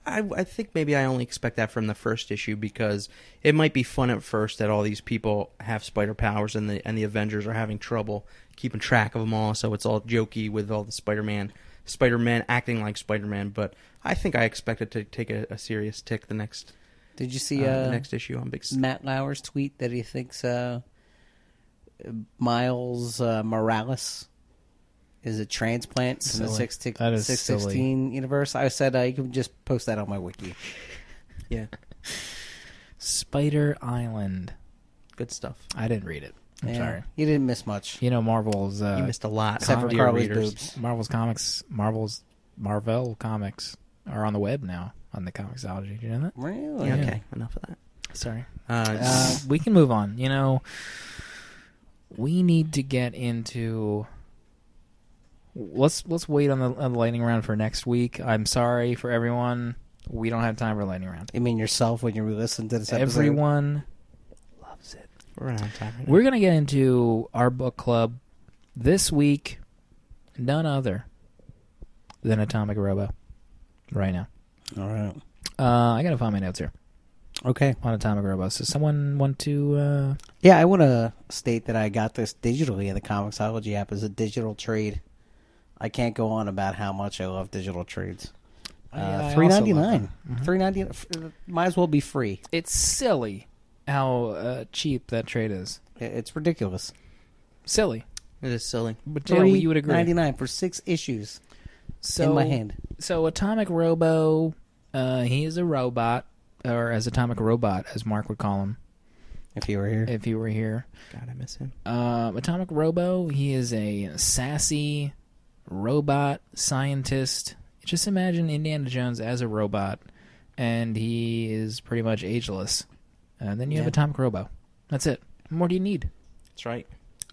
I, I think maybe I only expect that from the first issue because it might be fun at first that all these people have spider powers and the and the Avengers are having trouble keeping track of them all, so it's all jokey with all the Spider Man Spider Man acting like Spider Man. But I think I expect it to take a, a serious tick the next
Did you
uh,
see
the
uh,
next issue on Big. S-
Matt Lauer's tweet that he thinks uh, Miles uh, Morales is a transplant from the
Silly.
60
That is
616 universe. I said uh, you can just post that on my wiki.
yeah,
Spider Island.
Good stuff.
I didn't read it. I'm
Yeah,
sorry.
you didn't miss much.
You know Marvel's uh,
You missed a lot,
Except for
dear
Carly's
readers.
boobs.
Marvel's comics, Marvel's Marvel comics are on the web now on the Comicsology. Did you know
Really?
Yeah,
Yeah.
okay, enough of that.
that? Sorry.
Uh,
Uh, we can move on. You know, we need to get into. Let's let's wait on the, on the lightning round for next week. I'm sorry for everyone. We don't have time for lightning round.
You mean yourself when you listen to this episode?
Everyone loves it.
we're out of time. Right
We're gonna get into our book club this week. None other than Atomic Robo. Right now,
All right.
uh, I gotta find my notes here
Okay.
on Atomic Robo. So someone want to? Uh,
Yeah, I want to state that I got this digitally in the Comicsology app as a digital trade. I can't go on about how much I love digital trades.
Oh, Yeah, I
Uh,
also
Three
love
ninety nine.
them. Mhm.
Three ninety nine. Might as well be free.
it's silly how uh, cheap that trade is.
I- It's ridiculous.
Silly.
now. It is silly.
But yeah, you would
Ninety
agree.
nine for six issues
So,
in my hand.
So Atomic Robo, uh, he is a robot, or as Atomic Robot, as Mark would call him
If you were here,
if he were here.
God, I miss him.
Uh, Atomic Robo, he is a sassy robot scientist. Just imagine Indiana Jones as a robot, and he is pretty much ageless. And then you have
Yeah.
Atomic Robo. That's it. What more do you need?
That's right.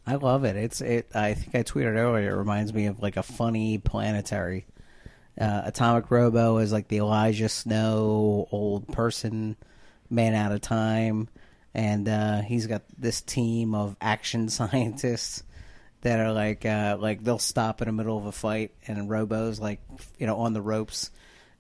I love it. It's it. I think I tweeted earlier. It reminds me of like a funny planetary. Uh, Atomic Robo is like the Elijah Snow old person, man out of time, and uh, he's got this team of action (laughs) scientists that are like uh, like they'll stop in the middle of a fight, and Robo's like you know on the ropes,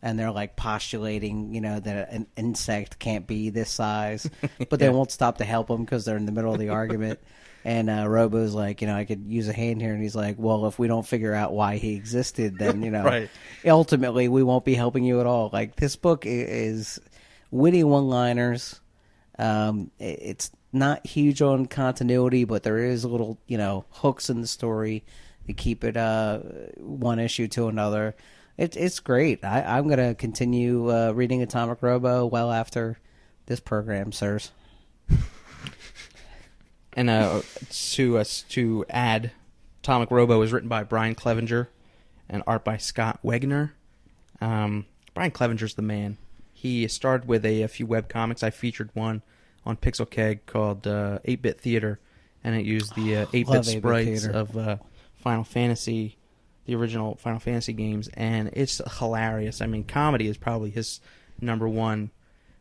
and they're like postulating, you know, that an insect can't be this size, but they won't stop to help them because they're in the middle of the argument. And uh, Robo's like, you know, I could use a hand here, and he's like, well, if we don't figure out why he existed, then you know,
Right.
ultimately we won't be helping you at all. Like this book i- is witty one-liners. Um, i- it's not huge on continuity, but there is little, you know, hooks in the story to keep it uh, one issue to another. It, it's great. I, I'm going to continue uh, reading Atomic Robo well after this program, sirs.
And uh, to us to add, Atomic Robo was written by Brian Clevenger, and art by Scott Wegner. Um, Brian Clevenger's the man. He started with a, a few web comics. I featured one on Pixel Keg called uh, 8-Bit Theater, and it used the uh, 8-bit
8-Bit
sprites
Theater.
of uh, Final Fantasy, the original Final Fantasy games, and it's hilarious. I mean, comedy is probably his number one,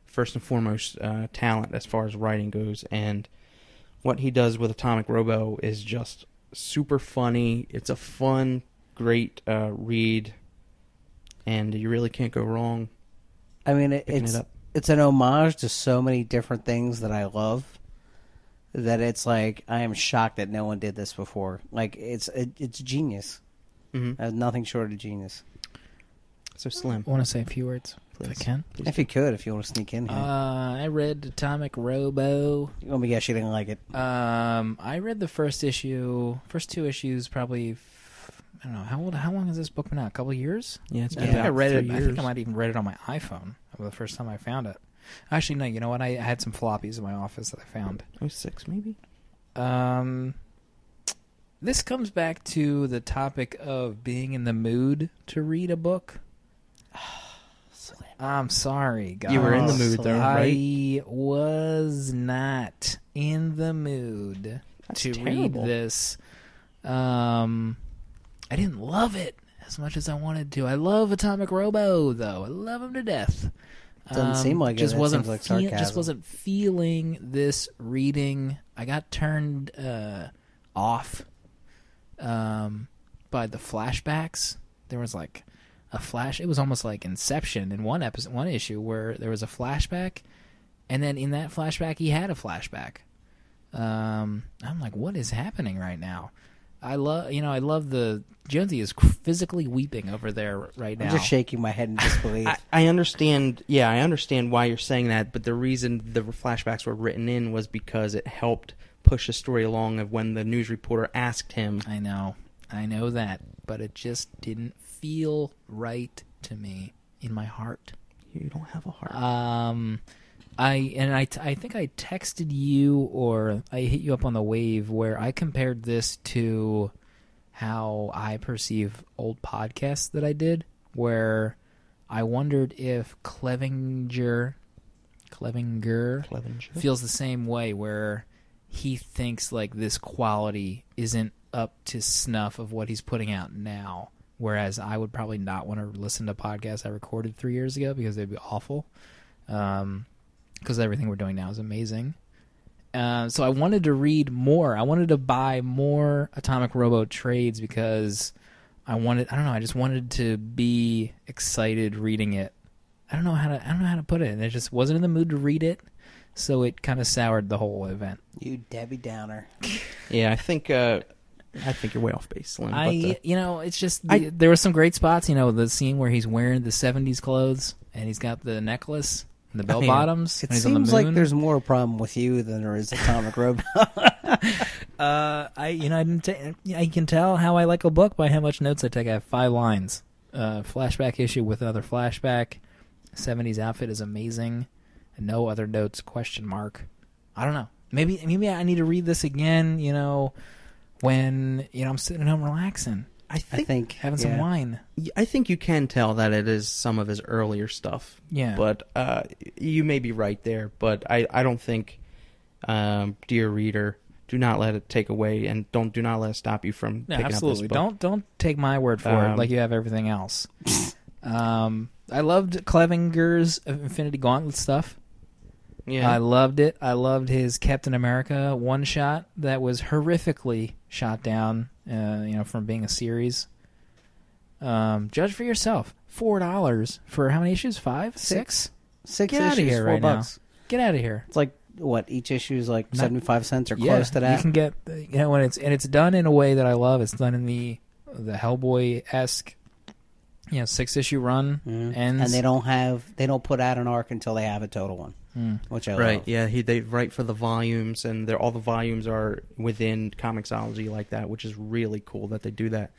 first and foremost uh, talent as far as writing goes, and what he does with Atomic Robo is just super funny. It's a fun, great uh, read, and you really can't go wrong.
I mean, it,
Picking it
it's
up.
it's an homage to so many different things that I love. That it's like I am shocked that no one did this before. Like it's it, it's genius.
Mm-hmm.
Uh, nothing short of genius.
So slim.
I want to say a few words, if I
Please.
can.
Please
If you could, if you want to sneak in here,
Uh, I read Atomic Robo.
let me guess you didn't like it.
Um, I read the first issue, first two issues, probably. f- I don't know how old. How long has this book been out? A couple years.
Yeah, it's
I
been
think I
about
read it.
three
I think I
years.
might even read it on my iPhone for the first time I found it. Actually, no. You know what? I, I had some floppies in my office that I found.
Oh six maybe.
Um, this comes back to the topic of being in the mood to read a
(sighs)
book. I'm sorry, guys.
You were in the
Oh,
mood though,
I
right?
was not in the mood
That's
to
terrible.
read this. Um, I didn't love it as much as I wanted to. I love Atomic Robo though. I love him to death. Um,
Doesn't seem like it.
just
That
wasn't
seems like
feel- just
sarcasm.
wasn't feeling this reading. I got turned uh, off um, by the flashbacks. There was like a flash. It was almost like Inception in one episode, one issue where there was a flashback, and then in that flashback he had a flashback. Um, I'm like, what is happening right now? I love, you know, I love the Jonesy is physically weeping over there right now.
I'm just shaking my
(laughs)
head in disbelief.
I, I understand. Yeah, I understand why you're saying that, but the reason the flashbacks were written in was because it helped push the story along. Of when the news reporter asked him,
I know, I know that, but it just didn't feel right to me in my heart. Uh,
"You don't have a heart."
Um, I and I, t- I think I texted you or I hit you up on the wave where I compared this to how I perceive old podcasts that I did, where I wondered if Clevinger, Clevinger,
Clevenger.
feels the same way where he thinks like this quality isn't up to snuff of what he's putting out now whereas i would probably not want to listen to podcasts i recorded three years ago because they'd be awful because everything we're doing now is amazing uh, so i wanted to read more i wanted to buy more atomic robo trades because i wanted i don't know i just wanted to be excited reading it i don't know how to i don't know how to put it and i just wasn't in the mood to read it so it kind of soured the whole event.
You Debbie Downer.
Yeah, I think uh, I think you're way off base, Slim.
I,
but, uh,
you know, it's just
I-
the, there were some great spots. You know, the scene where he's wearing the '70s clothes and he's got the necklace and the bell
yeah.
bottoms.
It
when he's on the
seems like
moon.
there's more problem with you than there is
(laughs)
Atomic Robot.
Uh, I, you know, I, didn't ta- I can tell how I like a book by how much notes I take. I have five lines. Uh, flashback issue with another flashback. '70s outfit is amazing. No other notes? Question mark. I don't know. Maybe maybe I need to read this again. You know, when you know I'm sitting at home relaxing,
I
I
think
think
having
yeah.
some wine.
I think you can tell that it is some of his earlier stuff.
Yeah.
But uh, you may be right there, but I, I don't think, um, dear reader, do not let it take away and don't do not let it stop you from
No,
picking
absolutely.
up this book.
Don't don't take my word for it
Um,
like you have everything
(laughs)
else. um, I loved Clevinger's Infinity Gauntlet stuff.
Yeah.
I loved it. I loved his Captain America one shot that was horrifically shot down. Uh, you know, from being a series. Um, judge for yourself. Four dollars for how many issues? Five, six.
Six
Get outta
issues,
here
four
right now.
bucks.
Get out of here.
It's like what each issue is like
Not-
seventy five cents or close to
You
that.
can get you know when it's and it's done in a way that I love. It's done in the the Hellboy esque, you know, six issue run
Mhm.
ends.
And they don't have they don't put out an arc until they have a total one,
Mm.
which I
Hmm. Right,
love.
yeah, he they write for the volumes, and they're all the volumes are within Comixology like that, which is really cool that they do that.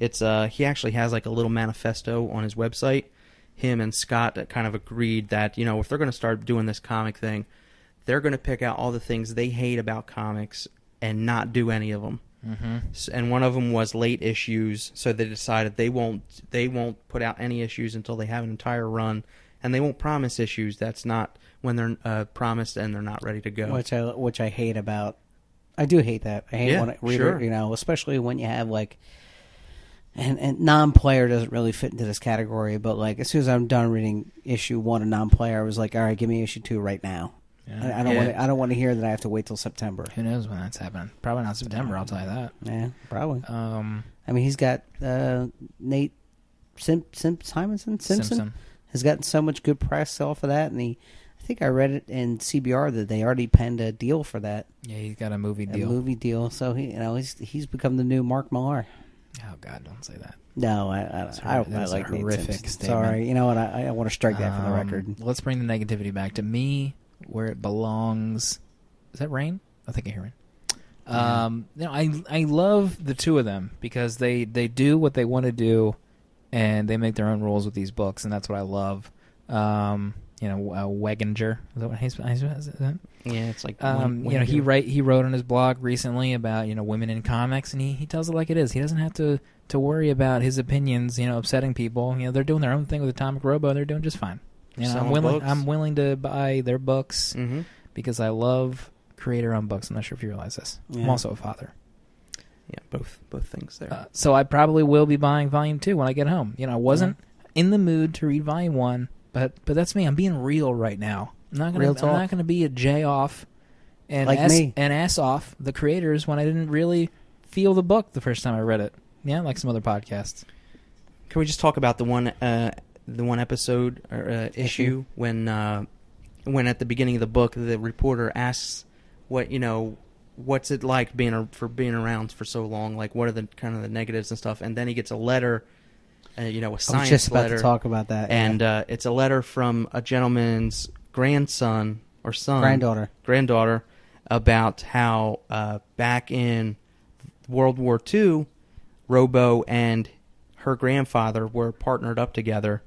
It's uh, he actually has like a little manifesto on his website. Him and Scott that kind of agreed that you know if they're going to start doing this comic thing, they're going to pick out all the things they hate about comics and not do any of them. Mm-hmm. And one of them was late issues, so they decided they won't they won't put out any issues until they have an entire run, and they won't promise issues. That's not when they're uh, promised and they're not ready to go.
Which I which I hate about. I do hate that. I hate
Yeah,
when I read
sure.
it, you know, especially when you have like. And, and non-player doesn't really fit into this category, but like as soon as I'm done reading issue one of non-player, I was like, all right, give me issue two right now. I, I don't
Yeah.
want to. I don't want to hear that I have to wait till September.
Who knows when that's happening? Probably not September. I'll tell you that.
Yeah, probably.
Um,
I mean, he's got uh, Nate Sim- Sim- Simonson Simpson?
Simpson.
has gotten so much good press off of that, and he, I think I read it in CBR that they already penned a deal for that,
Yeah, he's got a movie
a
deal.
movie deal. So he, you know, he's he's become the new Mark Millar.
Oh God, don't say that.
No, I I,
That's
I don't I
that's a
like Nate
horrific
Simpson.
statement.
Sorry, you know what? I, I want to strike that from the
Um,
record.
Let's bring the negativity back to me, where it belongs. Is that rain? I think I hear rain. Um, you know, I I love the two of them because they they do what they want to do, and they make their own rules with these books, and that's what I love. Um, you know, uh, Wegener. Is that what he's? he's- Is that?
yeah, it's like
Um,
when-
you know,
when
he
you-
write he wrote on his blog recently about you know women in comics, and he, he tells it like it is. He doesn't have to to worry about his opinions, you know, upsetting people. You know, they're doing their own thing with Atomic Robo, and they're doing just fine. You know, I'm
Selling
willing
books.
I'm willing to buy their books
Mhm.
because I love creator-owned books. I'm not sure if you realize this. I'm
Yeah.
also a father,
Yeah, both both things there.
uh, so I probably will be buying Volume Two when I get home. You know, I wasn't in the mood to read Volume One, but but that's me. I'm being real right now. I'm not gonna
Real
I'm
talk.
not gonna be a J off and
Like
ass,
me.
and ass off the creators when I didn't really feel the book the first time I read it. Yeah, like some other podcasts.
Can we just talk about the one uh, the one episode or uh, issue
Issue.
when uh, when at the beginning of the book the reporter asks what you know what's it like being a, for being around for so long like what are the kind of the negatives and stuff and then he gets a letter uh, you know a
I
science
was just about
letter
to talk about that.
and uh, it's a letter from a gentleman's grandson or son
Granddaughter.
granddaughter about how uh, back in World War II, Robo and her grandfather were partnered up together,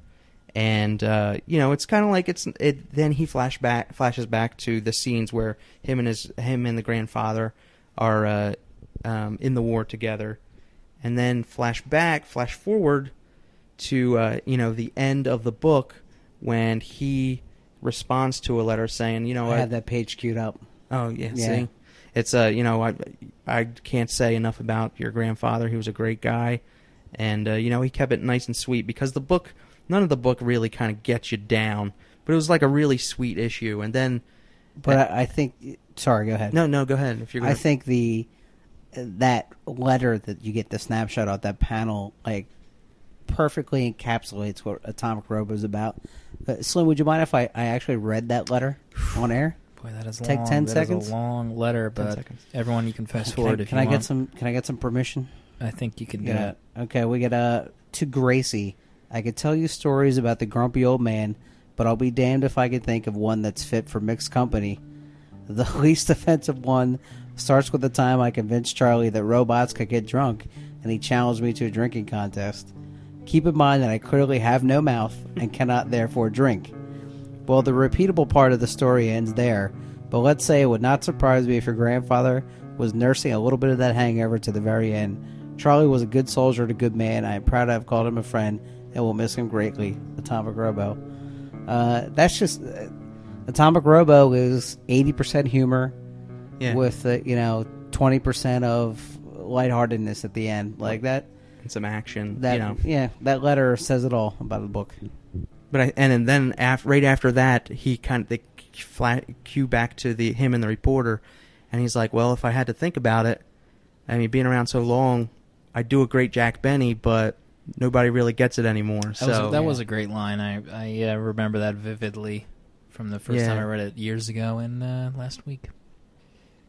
and uh, you know it's kind of like it's it. Then he flash back, flashes back to the scenes where him and his him and the grandfather are uh, um, in the war together, and then flash back, flash forward to uh, you know the end of the book when he responds to a letter saying, you know,
I
what?
have that page queued up.
Uh,
Oh yeah,
Yeah.
see, it's uh, you know I I can't say enough about your grandfather. He was a great guy, and uh, you know he kept it nice and sweet because the book none of the book really kind of gets you down, but it was like a really sweet issue. And then
But I, I think. Sorry, go ahead.
no, no, go ahead if you're. Gonna,
I think the that letter that you get the snapshot of that panel like perfectly encapsulates what Atomic Robo is about. Uh, Slim, would you mind if I, I actually read that letter on air?
(sighs) Boy, that is
Take
long.
10
That is
seconds?
a long letter, but
seconds.
everyone, you can fast
Can I,
forward if
can
you
I
want.
get some? Can I get some permission?
I think you can do
Yeah.
that.
Okay, we get uh to Gracie. I could tell you stories about the grumpy old man, but I'll be damned if I can think of one that's fit for mixed company. (laughs) The least offensive one starts with the time I convinced Charlie that robots could get drunk, and he challenged me to a drinking contest. Keep in mind that I clearly have no mouth and cannot therefore drink. Well, the repeatable part of the story ends there, but let's say it would not surprise me if your grandfather was nursing a little bit of that hangover to the very end. Charlie was a good soldier and a good man. I am proud to have called him a friend and will miss him greatly. Atomic Robo. Uh, that's just. Uh, Atomic Robo is 80% humor
yeah,
with, uh, you know, 20% of lightheartedness at the end. Like that.
and some action,
That,
you know.
Yeah, that letter says it all about the book.
But I, and then af, right after that, he kind of they flat, cue back to the him and the reporter, and he's like, "Well, if I had to think about it, I mean, being around so long, I do a great Jack Benny, but nobody really gets it anymore."
That,
so
was, that was a great line. I I uh, remember that vividly from the first
Yeah.
time I read it years ago and uh, last week.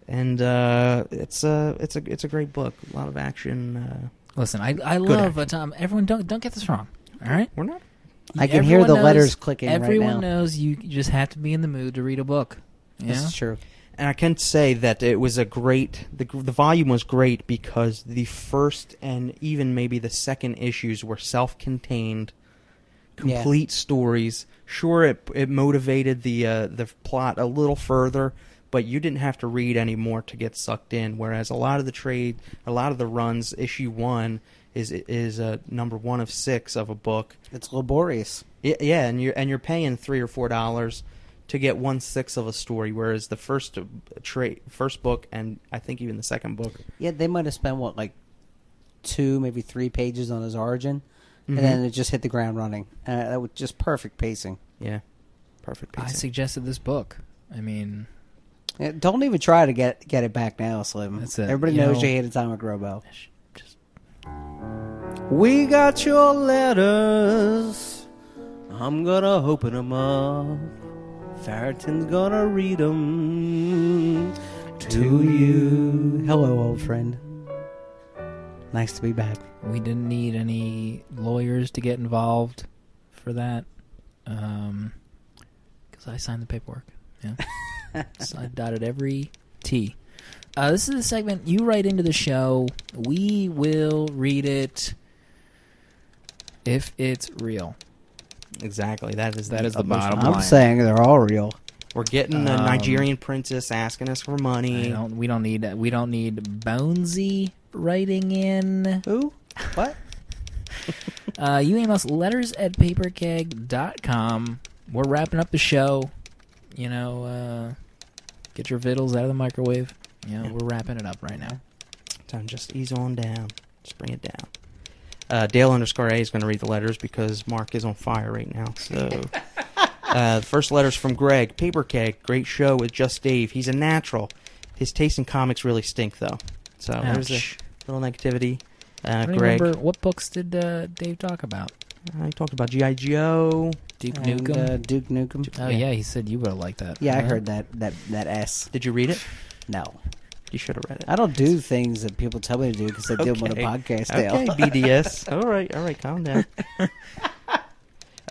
and uh, it's a it's a it's a great book. A lot of action. Uh,
Listen, I I love
action.
Atom. Everyone, don't don't get this wrong. All right.
we're not.
I can hear
Everyone
the
knows-
letters clicking right
Everyone
now.
knows you just have to be in the mood to read a book. Yeah.
This is true.
And I can say that it was a great. The the volume was great because the first and even maybe the second issues were self-contained,
Yeah.
complete stories. Sure, it it motivated the uh, the plot a little further, but you didn't have to read any more to get sucked in. Whereas a lot of the trade, a lot of the runs, issue one is is uh, number one of six of a book.
It's laborious.
Yeah, yeah, and you're and you're paying three or four dollars to get one sixth of a story, whereas the first uh, tra- first book, and I think even the second book,
Yeah, they might have spent what like two, maybe three pages on his origin, and then it just hit the ground running. Uh, that was just perfect pacing.
yeah, perfect.
I
pacing.
suggested this book. I mean,
Yeah, don't even try to get get it back now, Slim.
That's it.
Everybody
You
knows
know-
you hate Atomic Robo.
just
We got your letters. I'm gonna open 'em up. Farrington's gonna read 'em to you. Hello, old friend. Nice to be back.
we didn't need any lawyers to get involved for that, because I signed the paperwork. Yeah, so I dotted every T. Uh, this is the segment you write into the show. We will read it if it's real.
exactly. That is
That is the
utmost-
bottom
I'm
line.
saying they're all real.
We're getting a
Um,
Nigerian princess asking us for
I
money.
don't, we don't need we don't need Bonesy writing in.
Who? What?
Uh, you email us letters at paperkeg.com. We're wrapping up the show. You know, uh, get your vittles out of the microwave. You know, we're wrapping it up right now.
Time just ease on down. Just bring it down. Uh, Dale underscore A is going to read the letters because Mark is on fire right now.
(laughs)
So, uh, the first letter's from Greg. Paper keg. Great show with Just Dave. He's a natural. His taste in comics really stink though. So there's
Ouch.
a little negativity.
I
Uh,
don't
Greg,
remember what books did uh, Dave talk about?
I talked about GI Joe.
Duke
And,
Nukem.
uh, Duke Nukem.
oh yeah. he said you would have liked that. Uh-huh.
Yeah, I heard that that that S.
Did you read it?
No,
You should have read it.
I don't do things that people tell me to do because I do them on a
Okay.
podcast.
Okay,
Dale. (laughs)
BDS. all right, all right, calm down.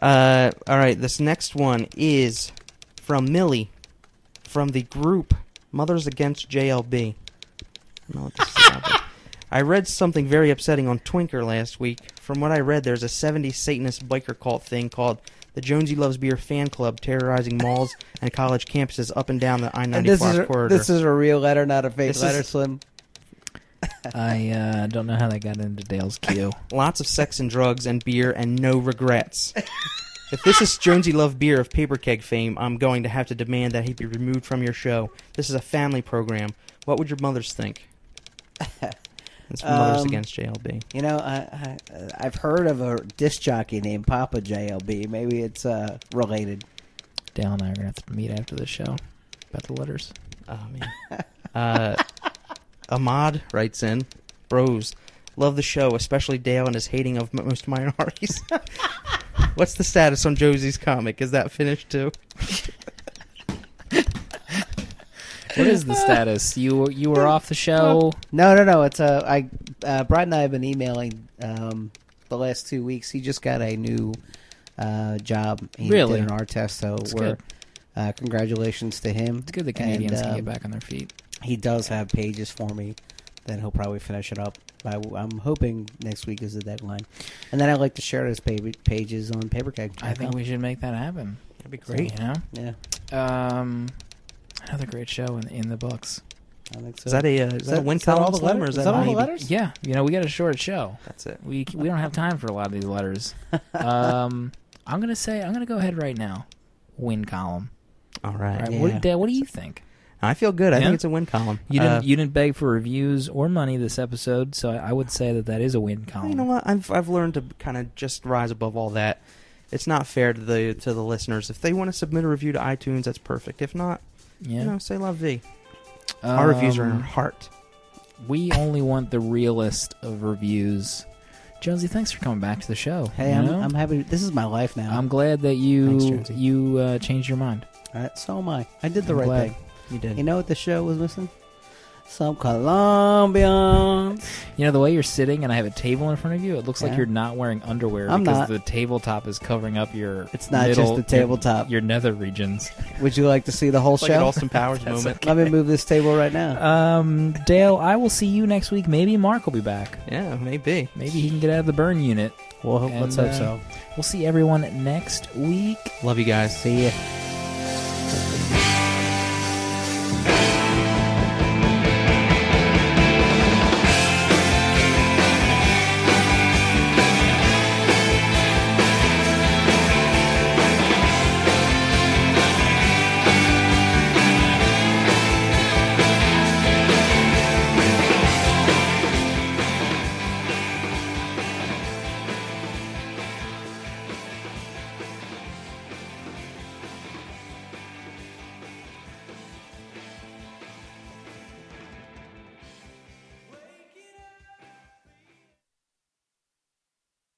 uh, all right, this next one is from Millie from the group Mothers Against JLB. I don't know what this is about, but I read something very upsetting on Twinker last week. From what I read, there's a 70s Satanist biker cult thing called the Jonesy Loves Beer fan club terrorizing malls and college campuses up and down the I
And
ninety
this is
five
a,
corridor.
this is a real letter, not a fake
This is-
letter, Slim.
I uh, don't know how that got into Dale's queue.
Lots of sex and drugs and beer and no regrets. if this is Jonesy Love Beer of paper keg fame, I'm going to have to demand that he be removed from your show. This is a family program. What would your mothers think? That's from Mothers
Um,
Against JLB.
You know, I, I, I've heard of a disc jockey named Papa JLB. Maybe it's uh, related.
Dale and I are gonna have to meet after the show about the letters.
Oh man. uh, Ahmad writes in, bros, love the show, especially Dale and his hating of m- most minorities. (laughs) What's the status on Josie's comic? Is that finished too?
What is
(laughs)
the status? You you were off the show.
No, no, no. It's uh, I uh, Brad and I have been emailing um, the last two weeks. He just got a new uh, job. He
Really?
did an art test, so
That's
we're
good.
uh, congratulations to him.
It's good that Canadians
And,
can
um,
get back on their feet.
He does have pages for me. Then he'll probably finish it up. I, am hoping next week is the deadline, and then I'd like to share those pa- pages on papercake.
I think we should make that happen.
That'd be
You know,
yeah,
um, another great show in, in the books.
I think so.
Is that a uh, is that, a win
is that all
column
the
slim or
letters? Is
is that,
that all the
maybe?
letters?
Yeah, you know, we got a short show.
That's it.
We we don't have time for a lot of these
(laughs)
letters. Um, I'm gonna say I'm gonna go ahead right now. Win column.
All
All
right.
right,
Yeah.
what, Dale, what do you think?
I feel good. I
Yeah?
think it's a win column.
You didn't
Uh,
you didn't beg for reviews or money this episode, so I, I would say that that is a win column.
you know what? I've I've learned to kind of just rise above all that. It's not fair to the to the listeners. If they want to submit a review to iTunes, that's perfect. If not,
Yeah,
you know, say love V. Our reviews are in our
Um,
heart.
We only want the realest of reviews. Jonesy, thanks for coming back to the show.
Hey,
you
I'm,
know?
I'm happy. This is my life now.
I'm glad that you
Thanks, Jonesy.
you uh, changed your mind.
All right, so am I. I did the
I'm
right
glad.
thing.
You did.
You know what the show was missing? Some Colombians.
You know the way you're sitting, and I have a table in front of you. It looks like
Yeah.
you're not wearing underwear
I'm
because
not.
the tabletop is covering up your.
It's not just
middle-
the tabletop.
Your, your nether regions.
Would you like to see the whole
it's like an
show?
Austin Powers
(laughs) That's
moment.
Let me move this table right now.
Um, Dale, I will see you next week. Maybe Mark will be back.
Yeah, maybe.
Maybe he can get out of the burn unit.
Well, hope-
and,
let's hope
uh,
so.
We'll see everyone next week.
Love you guys.
See ya.